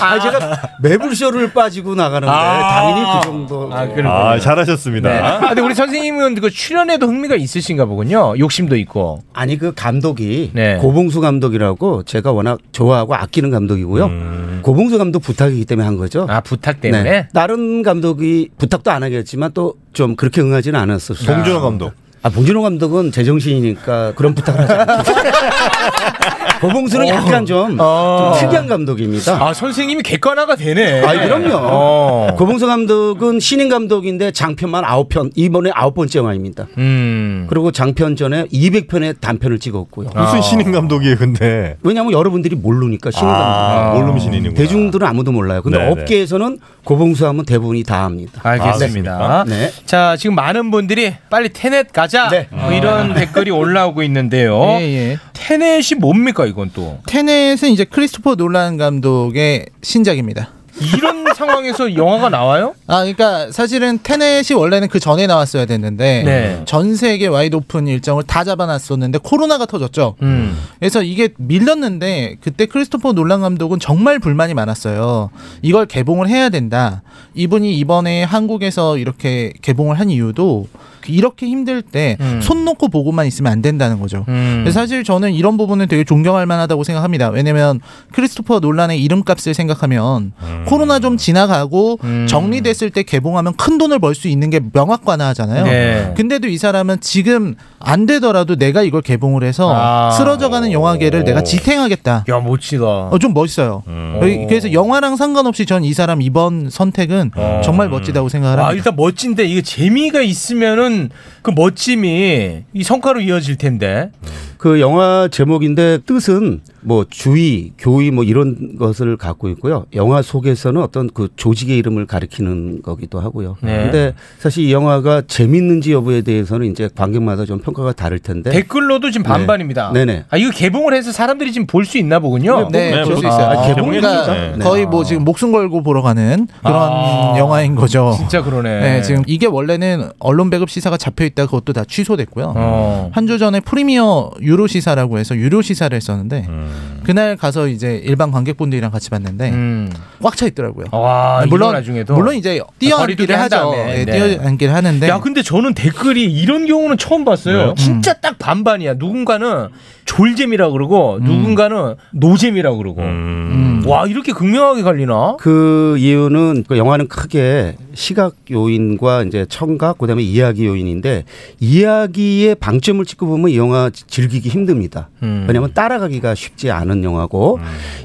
K: 아, 제가 매불쇼를 빠지고 나가는데
F: 아.
K: 당연히 그 정도.
F: 아, 그렇군요.
D: 아, 잘하셨습니다.
F: 네. 아, 근데 우리 선생님은 그 출연에도 흥미가 있으신가 보군요. 욕심도 있고.
K: 아니 그 감독이
F: 네.
K: 고봉수 감독이라고 제가 워낙 좋아하고 아끼는 감독이고요.
D: 음.
K: 고봉수 감독 부탁이기 때문에 한 거죠. 네.
F: 아 부탁 때문에?
K: 다른 감독이 부탁도 안 하겠지만 또 좀 그렇게 응하지는 않았어요.
D: 봉준호 감독.
K: 아 봉준호 감독은 제정신이니까 그런 부탁을 하지 않죠. 고봉수는 약간 좀, 좀 특이한 감독입니다.
F: 어. 아 선생님이 객관화가 되네.
K: 아 그럼요.
F: 예. 어.
K: 고봉수 감독은 신인 감독인데 장편만 9편 이번에 9번째 영화입니다.
F: 음.
K: 그리고 장편 전에 200편의 단편을 찍었고요.
F: 아.
D: 무슨 신인 감독이에요, 근데.
K: 왜냐하면 여러분들이 모르니까 신인 감독.
D: 아, 모르는 신인이구나.
K: 대중들은 아무도 몰라요. 근데
F: 네네.
K: 업계에서는 고봉수 하면 대부분이 다 합니다.
D: 아,
F: 알겠습니다.
K: 네.
F: 자, 지금 많은 분들이 빨리 테넷 가자. 뭐 이런 댓글이 올라오고 있는데요.
O: 아. 예, 예.
F: 테넷이 뭡니까 이건 또?
O: 테넷은 이제 크리스토퍼 놀란 감독의 신작입니다.
F: 이런 상황에서 영화가 나와요?
O: 아, 그러니까 사실은 테넷이 원래는 그 전에 나왔어야 됐는데
F: 네. 음.
O: 전 세계 와이드 오픈 일정을 다 잡아놨었는데 코로나가 터졌죠. 그래서 이게 밀렸는데 그때 크리스토퍼 놀란 감독은 정말 불만이 많았어요. 이걸 개봉을 해야 된다. 이분이 이번에 한국에서 이렇게 개봉을 한 이유도 이렇게 힘들 때 손 놓고 보고만 있으면 안 된다는 거죠.
F: 음.
O: 그래서 사실 저는 이런 부분은 되게 존경할 만하다고 생각합니다. 왜냐면 크리스토퍼 논란의 이름값을 생각하면
F: 음.
O: 코로나 좀 지나가고 정리됐을 때 개봉하면 큰 돈을 벌 수 있는 게 명확관화하잖아요.
F: 네.
O: 근데도 이 사람은 지금 안 되더라도 내가 이걸 개봉을 해서
F: 아.
O: 쓰러져가는 영화계를 내가 지탱하겠다.
F: 야 멋지다. 음.
O: 어, 좀 멋있어요.
F: 오.
O: 그래서 영화랑 상관없이 전 이 사람 이번 선택은 정말 멋지다고 생각을
F: 어. 아
O: 합니다.
F: 일단 멋진데 이게 재미가 있으면은 그 멋짐이 이 성과로 이어질 텐데.
K: 그 영화 제목인데 뜻은 뭐 주의, 교의 뭐 이런 것을 갖고 있고요. 영화 속에서는 어떤 그 조직의 이름을 가리키는 거기도 하고요.
F: 네.
K: 근데 사실 이 영화가 재밌는지 여부에 대해서는 이제 관객마다 좀 평가가 다를 텐데
F: 댓글로도 지금
K: 네.
F: 반반입니다.
K: 네네.
F: 아 이거 개봉을 해서 사람들이 지금 볼 수 있나 보군요.
O: 네, 볼 수 있어요.
F: 아,
O: 개봉가
K: 네.
O: 거의 뭐 지금 목숨 걸고 보러 가는 그런
F: 아.
O: 영화인 거죠.
F: 진짜 그러네.
O: 네, 지금 이게 원래는 언론 배급 시사가 잡혀 있다 그것도 다 취소됐고요.
F: 어.
O: 한 주 전에 프리미어 유료 시사라고 해서 유료 시사를 했었는데
F: 음.
O: 그날 가서 이제 일반 관객분들이랑 같이 봤는데 꽉 차 있더라고요. 네,
F: 와, 아, 이거
O: 물론
F: 나중에도. 아,
O: 물론 이제
F: 거리두기
O: 뛰어앉기를
F: 한
O: 하죠. 네,
F: 다음에. 네.
O: 뛰어앉기를 하는데
F: 야, 근데 저는 댓글이 이런 경우는 처음 봤어요.
O: 왜요?
F: 진짜 딱 반반이야. 누군가는 졸잼이라 그러고
O: 음.
F: 누군가는 노잼이라 그러고. 와, 이렇게 극명하게 갈리나?
K: 음. 그 이유는 그 영화는 크게 시각 요인과 이제 청각 그다음에 이야기 요인인데 이야기에 방점을 찍고 보면 이 영화 즐기기 힘듭니다.
F: 음.
K: 왜냐하면 따라가기가 쉽지 않은 영화고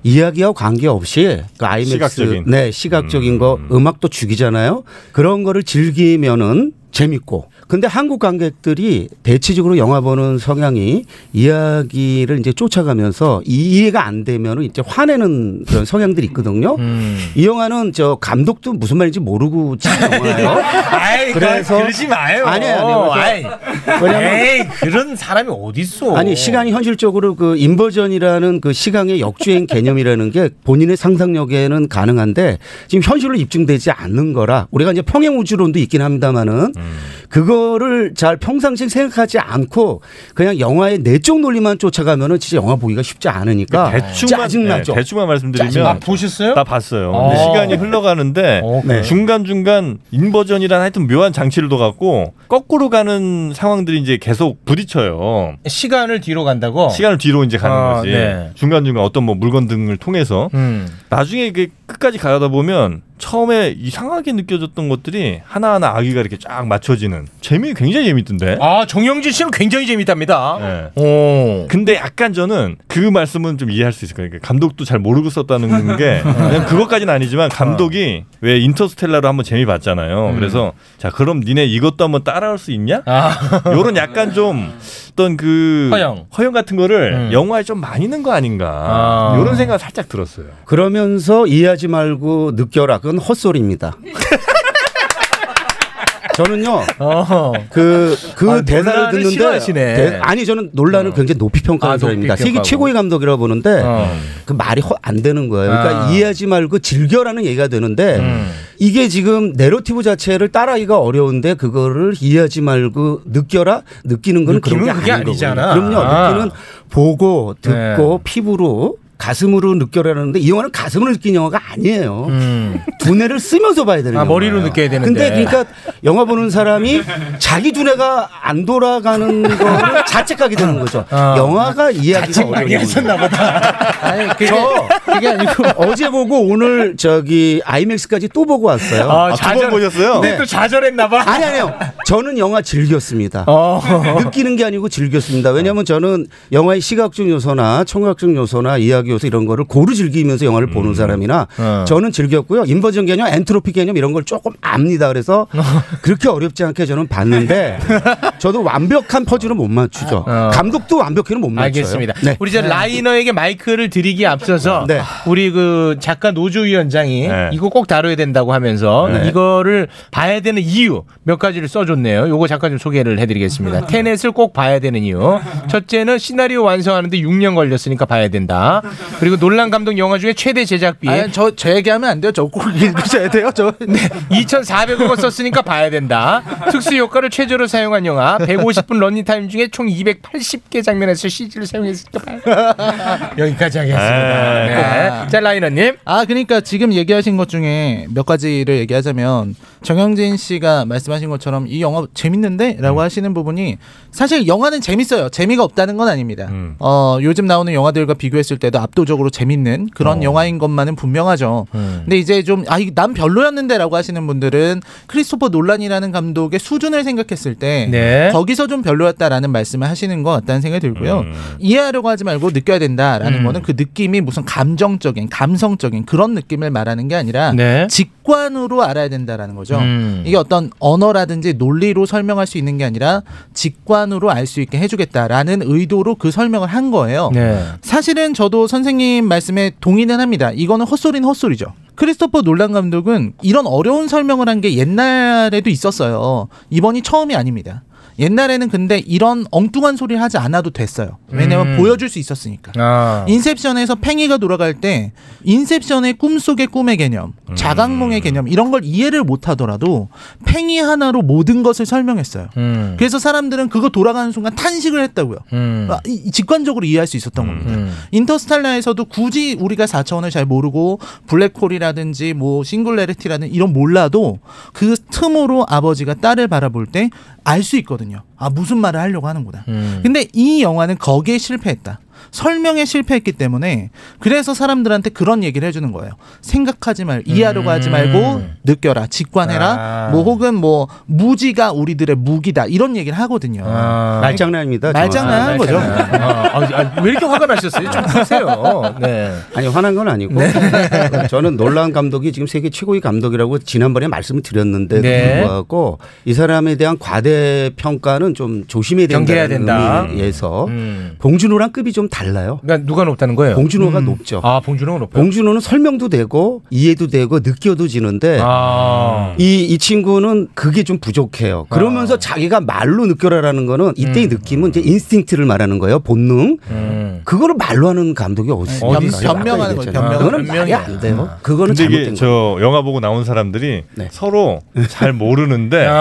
K: 이야기와 관계없이 그 아이맥스
D: 시각적인.
K: 네 시각적인 거 음악도 죽이잖아요. 그런 거를 즐기면은 재밌고 근데 한국 관객들이 대체적으로 영화 보는 성향이 이야기를 이제 쫓아가면서 이- 이해가 안 되면은 이제 화내는 그런 성향들이 있거든요. 이 영화는 저 감독도 무슨 말인지 모르고 찍은 영화예요.
F: 아이,
K: 그래서-
F: 그래서 그러지 마요.
K: 아니, 아니,
F: 아이,
K: 왜냐면-
F: 에이, 그런 사람이 어디 있어?
K: 아니 시간이 현실적으로 그 인버전이라는 그 시간의 역주행 개념이라는 게 본인의 상상력에는 가능한데 지금 현실로 입증되지 않는 거라 우리가 이제 평행 우주론도 있긴 합니다만은
D: 음.
K: 그거를 잘 평상시 생각하지 않고 그냥 영화의 내적 논리만 쫓아가면은 진짜 영화 보기가 쉽지 않으니까 짜증 나죠.
D: 네, 대충만 말씀드리면
K: 짜증나죠.
F: 보셨어요?
D: 나 봤어요.
K: 아.
D: 근데 시간이 흘러가는데
K: 그래요?
D: 중간 중간 인버전이란 하여튼 묘한 장치를 둬갖고 거꾸로 가는 상황들이 이제 계속 부딪혀요.
F: 시간을 뒤로
K: 어.
F: 간다고?
D: 시간을 뒤로 이제 가는
F: 아,
D: 거지.
F: 네.
D: 중간 중간 어떤 뭐 물건 등을 통해서
F: 음.
D: 나중에 이게 끝까지 가다 보면 처음에 이상하게 느껴졌던 것들이 하나하나 아기가 이렇게 쫙 맞춰지는 재미 굉장히 재밌던데.
F: 아 정영진 씨는 굉장히 재밌답니다.
D: 네. 근데 약간 저는 그 말씀은 좀 이해할 수 있을 거예요. 그러니까 감독도 잘 모르고 썼다는 게 그냥 그것까지는 아니지만 감독이 왜 인터스텔라로 한번 재미 봤잖아요.
F: 어. 음.
D: 그래서 자 그럼 니네 이것도 한번 따라할 수 있냐? 요런 약간 좀 어떤 그
F: 아. 허영. 음.
D: 같은 거를 영화에 좀 많이 넣은 거 아닌가?
K: 아.
D: 요런 생각 살짝 들었어요.
K: 그러면서 이해하지 말고 느껴라. 그건 헛소리입니다. 저는요, 그, 그
D: 어. 아,
K: 대사를
D: 논란을
K: 듣는데.
D: 싫어하시네.
K: 아니, 저는 논란을 굉장히 높이 평가하는
D: 아, 높이
K: 사람입니다. 세계
D: 평가하고. 어.
K: 최고의 감독이라고 보는데, 그 말이 허- 안 되는 거예요. 그러니까
D: 아. 음.
K: 이해하지 말고 즐겨라는 얘기가 되는데, 이게 지금 내러티브 자체를 따라하기가 어려운데, 그거를 이해하지 말고 느껴라? 느끼는 건 그런 게
F: 느낌은 그게
K: 아닌
F: 아니잖아.
K: 거거든요. 그럼요.
F: 아.
K: 느끼는 보고,
F: 네.
K: 듣고, 피부로. 가슴으로 느껴라는데 이 영화는 가슴으로 느낀 영화가 아니에요. 두뇌를 쓰면서 봐야 되는
F: 음. 아,
K: 영화예요.
F: 머리로 느껴야 되는데.
K: 근데 그러니까 영화 보는 사람이 자기 두뇌가 안 돌아가는 거를 자책하게 되는 거죠. 영화가 이야기가
F: 어. 자책 많이 하셨나
K: 보다. 아니, 그게, 저 그게 아니고 어제 보고 오늘 저기 아이맥스까지 또 보고 왔어요.
F: 근데
K: 네.
F: 또 좌절했나봐.
K: 아니 아니요. 저는 영화 즐겼습니다.
F: 어.
K: 느끼는 게 아니고 즐겼습니다. 왜냐하면 저는 영화의 시각적 요소나 청각적 요소나 이야기 요소 이런 거를 고루 즐기면서 영화를
F: 음.
K: 보는 사람이나
F: 어.
K: 저는 즐겼고요. 인버전 개념, 엔트로피 개념 이런 걸 조금 압니다. 그래서
F: 어.
K: 그렇게 어렵지 않게 저는 봤는데 저도 완벽한 퍼즐은 못 맞추죠. 감독도 완벽히는 못 맞춰요.
F: 어. 알겠습니다.
K: 네.
F: 우리 이제 라이너에게 마이크를 드리기
O: 아,
F: 앞서서
O: 네.
F: 우리 그 작가 노조 위원장이 이거 꼭 다뤄야 된다고 하면서
P: 네.
F: 이거를 봐야 되는 이유 몇 가지를 써줬네요. 요거 잠깐 좀 소개를
O: 네.
F: 해드리겠습니다. 테넷을 꼭 봐야 되는 이유. 첫째는 시나리오 완성하는데 6년 걸렸으니까 봐야 된다. 그리고 논란 감독 영화 중에 최대 제작비.
O: 아니, 저, 저 얘기하면 안 돼요. 저 꼭 읽으셔야 돼요. 저.
F: 네. 2,400억 원 썼으니까 봐야 된다. 특수 효과를 최저로 사용한 영화 150분 런닝타임 중에 총 280개 장면에서 CG를 사용했으니까 봐야 여기까지 하겠습니다. 네. 자, 라이너님.
O: 아, 그러니까 지금 얘기하신 것 중에 몇 가지를 얘기하자면 정영진 씨가 말씀하신 것처럼 이 영화 재밌는데? 라고 하시는 부분이 사실 영화는 재밌어요. 재미가 없다는 건 아닙니다. 어, 요즘 나오는 영화들과 비교했을 때도 압도적으로 재밌는 그런
P: 어.
O: 영화인 것만은 분명하죠. 근데 이제 좀, 아, 이난 별로였는데라고 하시는 분들은 크리스토퍼 논란이라는 감독의 수준을 생각했을 때
F: 네.
O: 거기서 좀 별로였다라는 말씀을 하시는 것 같다는 생각이 들고요.
F: 음.
O: 이해하려고 하지 말고 느껴야 된다라는
F: 음.
O: 거는 그 느낌이 무슨 감정적인, 감성적인 그런 느낌을 말하는 게 아니라
F: 네.
O: 직관으로 알아야 된다라는 거죠.
F: 음.
O: 이게 어떤 언어라든지 논리로 설명할 수 있는 게 아니라 직관으로 알 수 있게 해주겠다라는 의도로 그 설명을 한 거예요.
F: 네.
O: 사실은 저도 선생님 말씀에 동의는 합니다. 이거는 헛소리는 헛소리죠. 크리스토퍼 놀란 감독은 이런 어려운 설명을 한 게 옛날에도 있었어요. 이번이 처음이 아닙니다. 옛날에는 근데 이런 엉뚱한 소리를 하지 않아도 됐어요. 왜냐면
F: 음.
O: 보여줄 수 있었으니까.
F: 아.
O: 인셉션에서 팽이가 돌아갈 때 인셉션의 꿈속의 꿈의 개념,
F: 음.
O: 자각몽의 개념 이런 걸 이해를 못 하더라도 팽이 하나로 모든 것을 설명했어요.
F: 음.
O: 그래서 사람들은 그거 돌아가는 순간 탄식을 했다고요.
F: 음.
O: 아, 이- 이 직관적으로 이해할 수 있었던 겁니다.
F: 음.
O: 인터스텔라에서도 굳이 우리가 4차원을 잘 모르고 블랙홀이라든지 뭐 싱글레리티라는 이런 몰라도 그 틈으로 아버지가 딸을 바라볼 때 알 수 있거든요. 아 무슨 말을 하려고 하는구나.
I: 음,
F: 음.
O: 근데 이 영화는 거기에 실패했다. 설명에 실패했기 때문에 그래서 사람들한테 그런 얘기를 해주는 거예요. 생각하지 말, 이해하려고
F: 음.
O: 하지 말고 느껴라, 직관해라.
K: 아.
O: 뭐 혹은 뭐 무지가 우리들의 무기다 이런 얘기를 하거든요.
F: 아.
K: 말장난입니다. 아. 저거. 아,
O: 말장난한 거죠.
F: 어, 왜 이렇게 화가 나셨어요? 좀 푸세요. 네.
K: 아니 화난 건 아니고 저는 놀란 감독이 지금 세계 최고의 감독이라고 지난번에 말씀을 드렸는데
F: 네.
K: 불구하고 이 사람에 대한 과대 평가는 좀 조심해야
F: 경계해야
K: 된다는
F: 된다.
K: 의미에서 예.
F: 음.
K: 봉준호랑 급이 좀 달라요.
F: 그러니까 누가 높다는 거예요?
K: 봉준호가
F: 음.
K: 높죠.
F: 아, 봉준호가 높아요.
K: 봉준호는 설명도 되고 이해도 되고 느껴도 지는데
F: 아.
K: 이, 이 친구는 그게 좀 부족해요. 그러면서 자기가 말로 느껴라라는 거는 이때의 느낌은 이제 인스팅트를 말하는 거예요. 본능. 그거를 말로 하는 감독이 어디 있습니까?
O: 변- 변명하는 거예요, 변명.
K: 그거는
O: 변명이
K: 말이 안 돼요. 그거는
D: 근데
K: 잘못된
D: 이게
K: 거예요.
D: 저 영화 보고 나온 사람들이 서로 잘 모르는데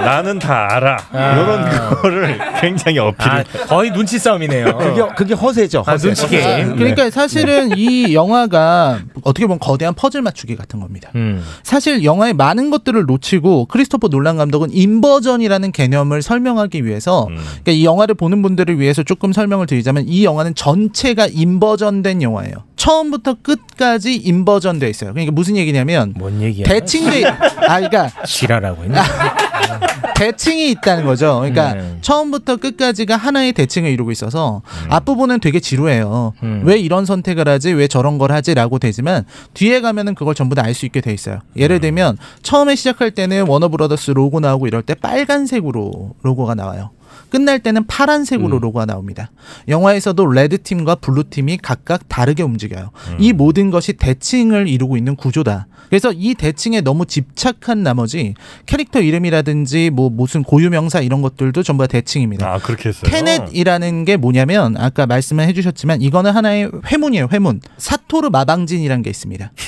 D: 나는 다 알아 이런 거를 굉장히 어필.
F: 아, 거의 눈치 싸움이네요.
D: 그게-
K: 그게 허세죠.
F: 아, 눈치 게임.
O: 그러니까
F: 네.
O: 사실은 이 영화가 어떻게 보면 거대한 퍼즐 맞추기 같은 겁니다.
F: 음.
O: 사실 영화의 많은 것들을 놓치고 크리스토퍼 놀란 감독은 인버전이라는 개념을 설명하기 위해서
F: 음.
O: 그러니까 이 영화를 보는 분들을 위해서 조금 설명을 드리자면 이 영화는 전체가 인버전된 영화예요. 처음부터 끝까지 인버전돼 있어요. 그러니까 무슨 얘기냐면
F: 뭔 얘기야?
O: 대칭 돼 아, 그러니까
F: 지랄하고 있네.
O: 대칭이 있다는 거죠. 그러니까
F: 음.
O: 처음부터 끝까지가 하나의 대칭을 이루고 있어서 앞부분은 되게 지루해요.
F: 음.
O: 왜 이런 선택을 하지? 왜 저런 걸 하지?라고 되지만 뒤에 가면은 그걸 전부 다 알 수 있게 돼 있어요. 예를
F: 음.
O: 들면 처음에 시작할 때는 워너브라더스 로고 나오고 이럴 때 빨간색으로 로고가 나와요. 끝날 때는 파란색으로
F: 음.
O: 로고가 나옵니다. 영화에서도 레드 팀과 블루 팀이 각각 다르게 움직여요. 이 모든 것이 대칭을 이루고 있는 구조다. 그래서 이 대칭에 너무 집착한 나머지 캐릭터 이름이라든지 뭐 무슨 고유 명사 이런 것들도 전부 다 대칭입니다.
D: 아 그렇게 했어요.
O: 테넷이라는 게 뭐냐면 아까 말씀을 해주셨지만 이거는 하나의 회문이에요. 회문. 사토르 마방진이라는 게 있습니다.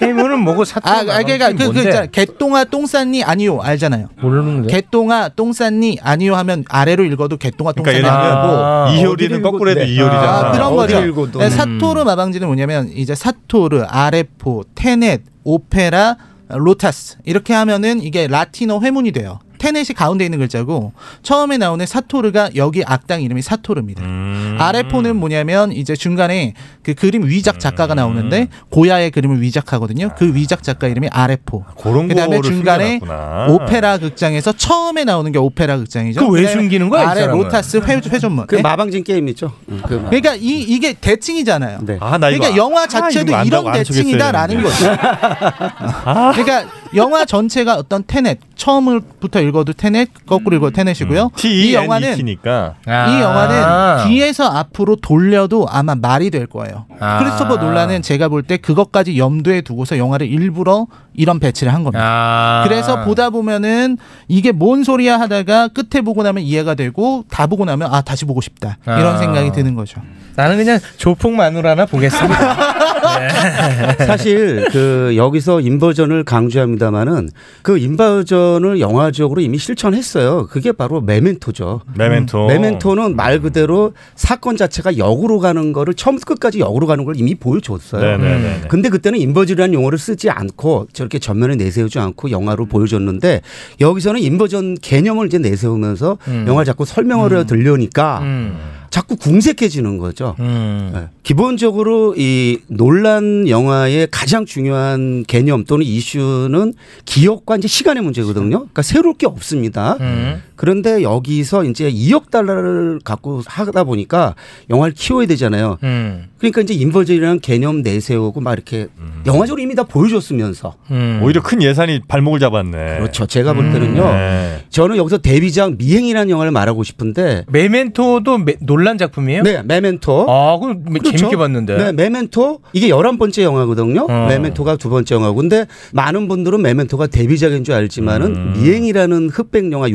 F: 회문은 뭐고 사토르
O: 아, 아, 그러니까
F: 마방진이
O: 그, 그
F: 뭔데?
O: 있잖아. 개똥아 똥쌌니 아니요 알잖아요.
F: 모르는데.
O: 개똥아 똥쌌니 아니요 하면 아래로 읽어도 개똥아
D: 그러니까
O: 똥쌌니
D: 예를 들면
O: 아니고
D: 뭐 이효리는
O: 어디를
D: 거꾸로 해도
O: 읽어도- 네.
D: 이효리잖아.
O: 아, 그런
D: 어디를
O: 거죠.
D: 읽어도.
O: 네, 사토르 마방지는 뭐냐면 이제 사토르, 아레포, 테넷, 오페라, 로타스 이렇게 하면은 이게 라틴어 회문이 돼요. 테넷이 가운데 있는 글자고 처음에 나오는 사토르가 여기 악당 이름이 사토르입니다.
K: 음.
O: 아레포는 뭐냐면 이제 중간에 그 그림 위작
K: 음.
O: 작가가 나오는데 고야의 그림을 위작하거든요.
K: 아.
O: 그 위작 작가 이름이 아레포.
D: 그런
O: 그다음에
D: 거를
O: 중간에
D: 숨겨놨구나.
O: 오페라 극장에서 처음에 나오는 게 오페라 극장이죠.
K: 그왜
O: 그다음에
K: 숨기는 거야, 이
O: 아래
K: 사람은?
O: 로타스 회, 회전문.
K: 그
O: 네?
K: 마방진 게임이죠. 그 마-
O: 그러니까 이 이게 대칭이잖아요.
K: 네.
D: 아, 나 이거
O: 그러니까 영화
D: 아,
O: 자체도
D: 이거 안다고 아.
O: 이런
D: 안 속였어야
O: 대칭이다라는
D: 되는데.
O: 거죠. 그러니까 영화 전체가 어떤 테넷 처음부터 읽어도 테넷, 거꾸로 읽어도
D: 음.
O: 테넷이고요. 이 영화는
D: E T니까
F: 아.
O: 이 영화는 뒤에서 앞으로 돌려도 아마 말이 될 거예요.
D: 아.
O: 크리스토퍼 놀란은 제가 볼 때 그것까지 염두에 두고서 영화를 일부러 이런 배치를 한 겁니다.
F: 아.
O: 그래서 보다 보면은 이게 뭔 소리야 하다가 끝에 보고 나면 이해가 되고 다 보고 나면 아 다시 보고 싶다 이런
F: 아.
O: 생각이 드는 거죠.
F: 나는 그냥 조폭 마누라나 보겠습니다.
K: 사실 그 여기서 인버전을 강조합니다만은 그 인버전을 영화적으로 이미 실천했어요. 그게 바로 메멘토죠. 음.
D: 메멘토.
K: 메멘토는 말 그대로 사건 자체가 역으로 가는 거를 처음부터 끝까지 역으로 가는 걸 이미 보여줬어요.
D: 네네네네.
K: 근데 그때는 인버전이라는 용어를 쓰지 않고 저렇게 전면에 내세우지 않고 영화로 보여줬는데 여기서는 인버전 개념을 이제 내세우면서
F: 음.
K: 영화를 자꾸 설명하려 들려니까 자꾸 궁색해지는 거죠.
F: 음.
K: 네. 기본적으로 이 논란 영화의 가장 중요한 개념 또는 이슈는 기억과 이제 시간의 문제거든요. 그러니까 새로울 게 없습니다.
F: 음.
K: 그런데 여기서 이제 2억 달러를 갖고 하다 보니까 영화를 키워야 되잖아요.
F: 음.
K: 그러니까 이제 인버전이라는 개념 내세우고 막 이렇게 영화적으로 이미 다 보여줬으면서
D: 음.
F: 음.
D: 오히려 큰 예산이 발목을 잡았네.
K: 그렇죠. 제가 볼 때는요.
F: 네.
K: 저는 여기서 데뷔작 미행이라는 영화를 말하고 싶은데
F: 메멘토도 메- 논란 작품이에요?
K: 네, 메멘토.
F: 아, 그럼
D: 뭐
F: 재밌게 봤는데.
K: 네, 메멘토. 이게 11번째 영화거든요.
D: 어.
K: 메멘토가 두 번째 영화고. 근데 많은 분들은 메멘토가 데뷔작인 줄 알지만은
D: 음.
K: 미행이라는 흑백 영화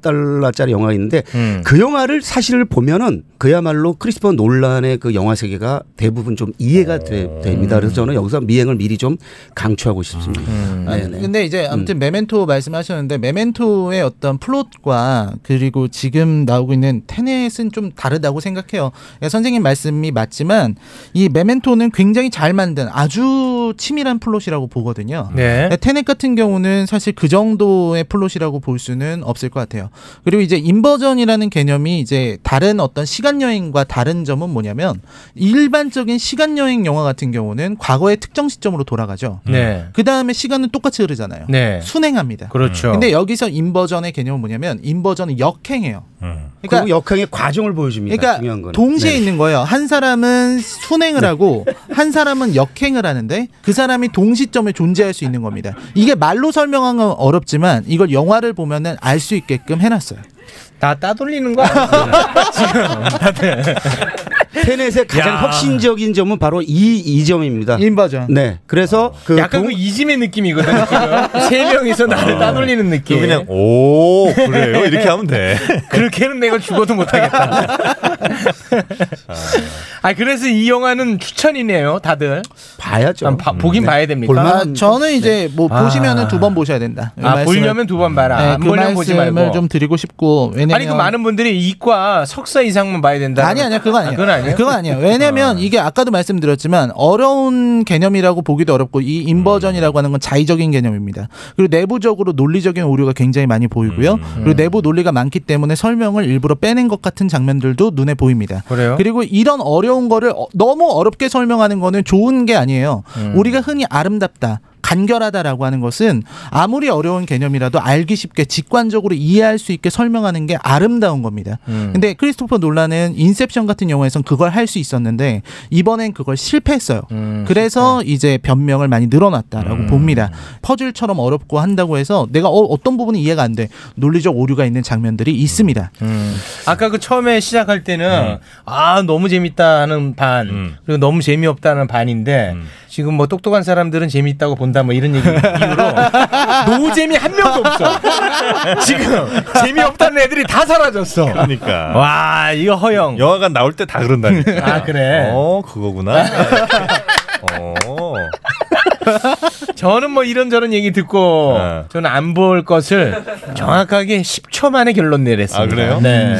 K: 6,000달러짜리 영화가 있는데
D: 음.
K: 그 영화를 사실 보면은 그야말로 크리스퍼 논란의 그 영화 세계가 대부분 좀 이해가
D: 어.
K: 되- 됩니다. 그래서 저는 여기서 미행을 미리 좀 강추하고 싶습니다.
D: 음.
K: 네,
O: 아니,
F: 음,
O: 근데 이제 아무튼 메멘토 말씀하셨는데 메멘토의 어떤 플롯과 그리고 지금 나오고 있는 테넷은 좀 다르다고 생각해요. 그러니까 선생님 말씀이 맞지만 이 메멘토는 굉장히 잘 만든 아주 치밀한 플롯이라고 보거든요.
F: 네.
O: 그러니까 테넷 같은 경우는 사실 그 정도의 플롯이라고 볼 수는 없을 것 같아요. 그리고 이제 인버전이라는 개념이 이제 다른 어떤 시간 여행과 다른 점은 뭐냐면 일반적인 시간 여행 영화 같은 경우는 과거의 특정 시점으로 돌아가죠.
F: 네.
O: 그 다음에 시간은 똑같이 흐르잖아요.
F: 네.
O: 순행합니다.
F: 그렇죠.
O: 근데 여기서 인버전의 개념은 뭐냐면 인버전은 역행해요.
F: 음.
K: 그리고 역행의 과정을 보여줍니다.
O: 그러니까
K: 중요한 거는.
O: 동시에
K: 네.
O: 있는 거예요. 한 사람은 순행을 하고 한 사람은 역행을 하는데 그 사람이 동시점에 존재할 수 있는 겁니다. 이게 말로 설명한 건 어렵지만 이걸 영화를 보면은 알 수 있게끔 해놨어요.
F: 다 따돌리는 거 아니야? 지금
O: 네.
F: 다들.
K: 테넷의 음. 가장
F: 야.
K: 혁신적인 점은 바로 이 이점입니다.
O: 인버전.
K: 네.
O: 아.
K: 그래서 그
F: 약간
K: 동-
F: 그 이짐의 느낌이거든요. 지금 세 명이서 나를
O: 아.
F: 따돌리는 느낌.
K: 그냥,
D: 오 그래요? 이렇게 하면 돼.
F: 그렇게는 내가 죽어도 못하겠다. 아 그래서 이 영화는 추천이네요, 다들.
K: 봐야죠.
F: 아, 봐- 보긴 봐야 됩니까?
O: 아, 저는 이제 뭐
F: 아.
O: 보시면은 두 번 보셔야 된다. 이
F: 아,
O: 말씀을-
F: 보려면 두 번 봐라. 안
O: 그
F: 보려면 보지
O: 말씀을
F: 말고.
O: 좀 드리고 싶고 왜냐면
F: 아니 그 많은 분들이 이과 석사 이상만 봐야 된다.
O: 아니 아니야 그거 아니야.
F: 그건 아니에요.
O: 그거 아니에요. 왜냐면 이게 아까도 말씀드렸지만 어려운 개념이라고 보기도 어렵고 이 인버전이라고 하는 건 자의적인 개념입니다. 그리고 내부적으로 논리적인 오류가 굉장히 많이 보이고요.
F: 음.
O: 그리고 내부 논리가 많기 때문에 설명을 일부러 빼낸 것 같은 장면들도 눈에 보입니다.
F: 그래요?
O: 리고 이런 어려운 거를 어- 너무 어렵게 설명하는 거는 좋은 게 아니에요.
F: 음.
O: 우리가 흔히 아름답다. 간결하다라고 하는 것은 아무리 어려운 개념이라도 알기 쉽게 직관적으로 이해할 수 있게 설명하는 게 아름다운 겁니다.
F: 음.
O: 근데 크리스토퍼 놀란은 인셉션 같은 영화에선 그걸 할 수 있었는데 이번엔 그걸 음, 실패했어요.
F: 음.
O: 음. 그래서 이제 변명을 많이 늘어놨다라고 봅니다. 퍼즐처럼 어렵고 한다고 해서 내가 어, 떤 부분이 이해가 안 돼. 논리적 오류가 있는 장면들이 있습니다.
F: 아까 그 처음에 음. 시작할 때는 아 너무 재밌다는 반 그리고 너무 재미없다는 반인데 지금 뭐 똑똑한 사람들은 재밌다고 본다 뭐 이런 얘기 이후로 노잼이 한 명도 없어 지금 재미없다는 애들이 다 사라졌어
D: 그러니까.
F: 와 이거 허영.
D: 영화관 나올 때 다 그런다니까.
F: 아, 그래.
D: 어 그거구나. 어.
F: 저는 뭐 이런저런 얘기 듣고 저는 안 볼 것을 정확하게 10초 만에 결론 내렸습니다
D: 아 그래요?
F: 네.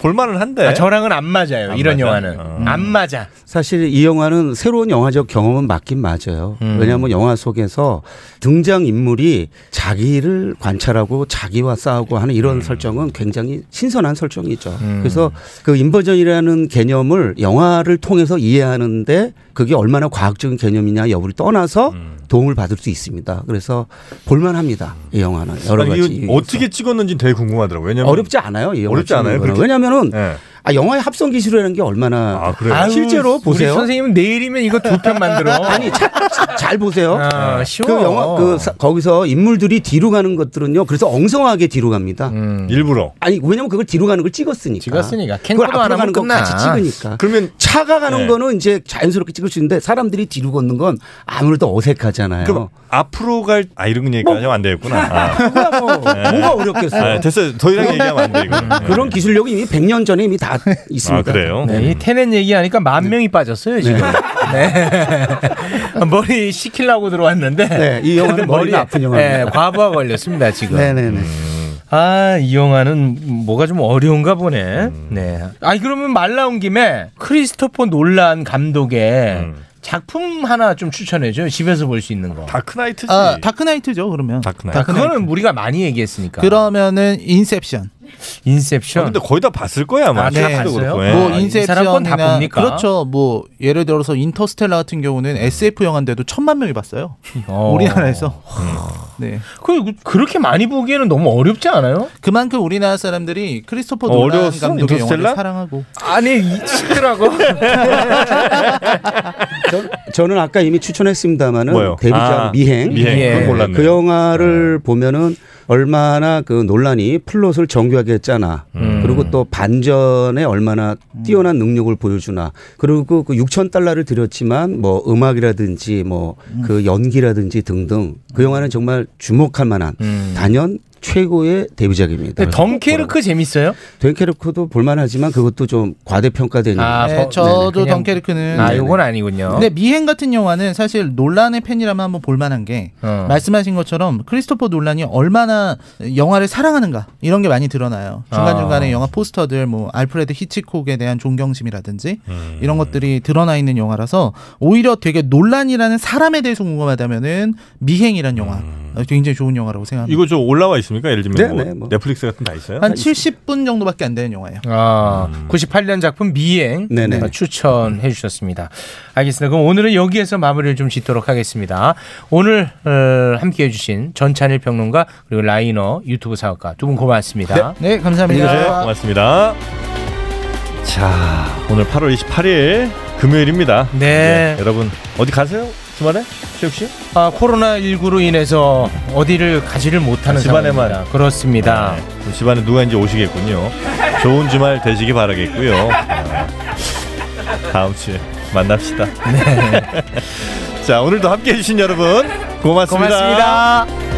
D: 볼만은 한데.
F: 아, 저랑은 안 맞아요 어.
K: 안
F: 이런
K: 맞아?
F: 영화는 안 맞아
K: 사실 이 영화는 새로운 영화적 경험은 맞긴 맞아요.
D: 음.
K: 왜냐하면 영화 속에서 등장 인물이 자기를 관찰하고 자기와 싸우고 하는 이런
D: 음.
K: 설정은 굉장히 신선한 설정이죠. 그래서 그 인버전이라는 개념을 영화를 통해서 이해하는데 그게 얼마나 과학적인 개념이냐 여부를 떠나서
D: 음.
K: 도움을 받을 수 있습니다. 그래서 볼만합니다. 이 영화는 여러
D: 아니,
K: 가지
D: 이거 어떻게 찍었는지 되게 궁금하더라고요. 왜냐면
K: 어렵지 않아요. 이 영화
D: 어렵지 않아요.
K: 찍는 거는. 왜냐면은
D: 네.
K: 아 영화의 합성 기술이라는 게 얼마나
F: 아유,
K: 실제로
F: 우리
K: 보세요.
F: 선생님 내일이면 이거 두 편 만들어.
K: 아니 차, 차- 잘 보세요.
F: 아, 쉬워.
K: 그 영화 그 사- 거기서 인물들이 뒤로 가는 것들은요. 그래서 엉성하게 뒤로 갑니다.
D: 일부러.
K: 아니 왜냐면 그걸 뒤로 가는 걸 찍었으니까.
F: 음. 찍었으니까.
K: 그걸
F: 캔코더
K: 앞으로
F: 안 하면
K: 가는 거
F: 끝나.
K: 같이 찍으니까.
D: 아. 그러면
K: 차가 가는
D: 네.
K: 거는 이제 자연스럽게 찍을 수 있는데 사람들이 뒤로 걷는 건 아무래도 어색하잖아요.
D: 그럼 앞으로 갈 아 이런 얘기가 하면 안 되겠구나. 아. 네.
K: 뭐가 어렵겠어요? 뭐?
D: 아, 됐어요. 더 이상
K: 그러니까
D: 얘기하면 안 돼. 이거.
K: 음. 그런 기술력이 이미 100년 전에 이미 다 있습니다. 네.
D: 아, 그래요?
F: 네, 이 테넷 얘기하니까 만 명이 빠졌어요 지금. 네. 머리 식히려고 들어왔는데.
K: 네, 이 영화는 머리가 아픈 영화입니다.
F: 네, 과부하 걸렸습니다 지금.
K: 네네네.
F: 아, 이 영화는 뭐가 좀 어려운가 보네. 네. 아니 그러면 말 나온 김에 크리스토퍼 놀란 감독의
D: 음.
F: 작품 하나 좀 추천해줘요. 집에서 볼 수 있는 거. 아,
D: 다크나이트지.
O: 아, 다크나이트죠 그러면.
D: 다크나이트.
F: 그거는 우리가 많이 얘기했으니까.
O: 그러면은 인셉션.
F: 인셉션.
D: 아, 근데 거의 다 봤을 거야 아마.
O: 아, 네.
D: 생각도 그렇고. 예.
O: 뭐 인셉션
F: 다 봅니까?
O: 그렇죠. 뭐 예를 들어서 인터스텔라 같은 경우는 SF 영화인데도 천만 명이 봤어요.
F: 어.
O: 우리나라에서. 네.
F: 그 그렇게 많이 보기에는 너무 어렵지 않아요?
O: 그만큼 우리나라 사람들이 크리스토퍼
F: 어,
O: 놀란
F: 어려웠어?
O: 감독의
F: 인터스텔라?
O: 영화를 사랑하고.
F: 아니 싫더라고.
K: 저는 아까 이미 추천했습니다만은
D: 뭐요?
K: 데뷔작
D: 아,
K: 미행,
D: 미행. 미행.
K: 그건 몰랐네요. 그 영화를 보면은 얼마나 그 논란이 플롯을 정교하게 했잖아. 그리고 또 반전에 얼마나 뛰어난 능력을 보여주나. 그리고 그 6천 달러를 들였지만 뭐 음악이라든지 뭐 그 연기라든지 등등 그 영화는 정말 주목할 만한 단연 최고의 데뷔작입니다.
F: 근데 덩케르크 재밌어요?
K: 덩케르크도 볼만하지만 그것도 좀 과대평가되니까.
F: 아,
O: 네, 저도 덩케르크는
F: 아, 요건 아니군요.
O: 근데 미행 같은 영화는 사실 논란의 팬이라면 한번 볼만한 게
F: 어.
O: 말씀하신 것처럼 크리스토퍼 논란이 얼마나 영화를 사랑하는가 이런 게 많이 드러나요. 중간 중간에
F: 아.
O: 영화 포스터들 뭐 알프레드 히치콕에 대한 존경심이라든지
F: 음.
O: 이런 것들이 드러나 있는 영화라서 오히려 되게 논란이라는 사람에 대해서 궁금하다면은 미행이란 영화
F: 음.
O: 어, 굉장히 좋은 영화라고 생각합니다.
D: 이거 저 올라와 있습니까? 예를 들면
O: 네,
D: 뭐
O: 네, 뭐.
D: 넷플릭스 같은 거 다 있어요?
O: 한 70분 정도밖에 안 되는 영화예요.
F: 아, 98년 작품 미행
O: 네네.
F: 추천해 주셨습니다. 알겠습니다. 그럼 오늘은 여기에서 마무리를 좀 짓도록 하겠습니다. 오늘 어, 함께 해주신 전찬일 평론가 그리고 라이너 유튜브 사업가 두 분 고맙습니다.
O: 네, 감사합니다.
D: 안녕히 계세요. 고맙습니다. 자, 오늘 8월 28일 금요일입니다. 예,
F: 네.
D: 여러분 어디 가세요? 주말에? 최욱 씨?
F: 아, 코로나19로 인해서 어디를 가지를 못하는
D: 아, 집안에만.
F: 상황입니다. 그렇습니다.
D: 네, 집안에 누가 이제 오시겠군요. 좋은 주말 되시기 바라겠고요. 아, 다음 주에
F: 네.
D: 만납시다. 자, 오늘도 함께 해주신 여러분 고맙습니다.
F: 고맙습니다.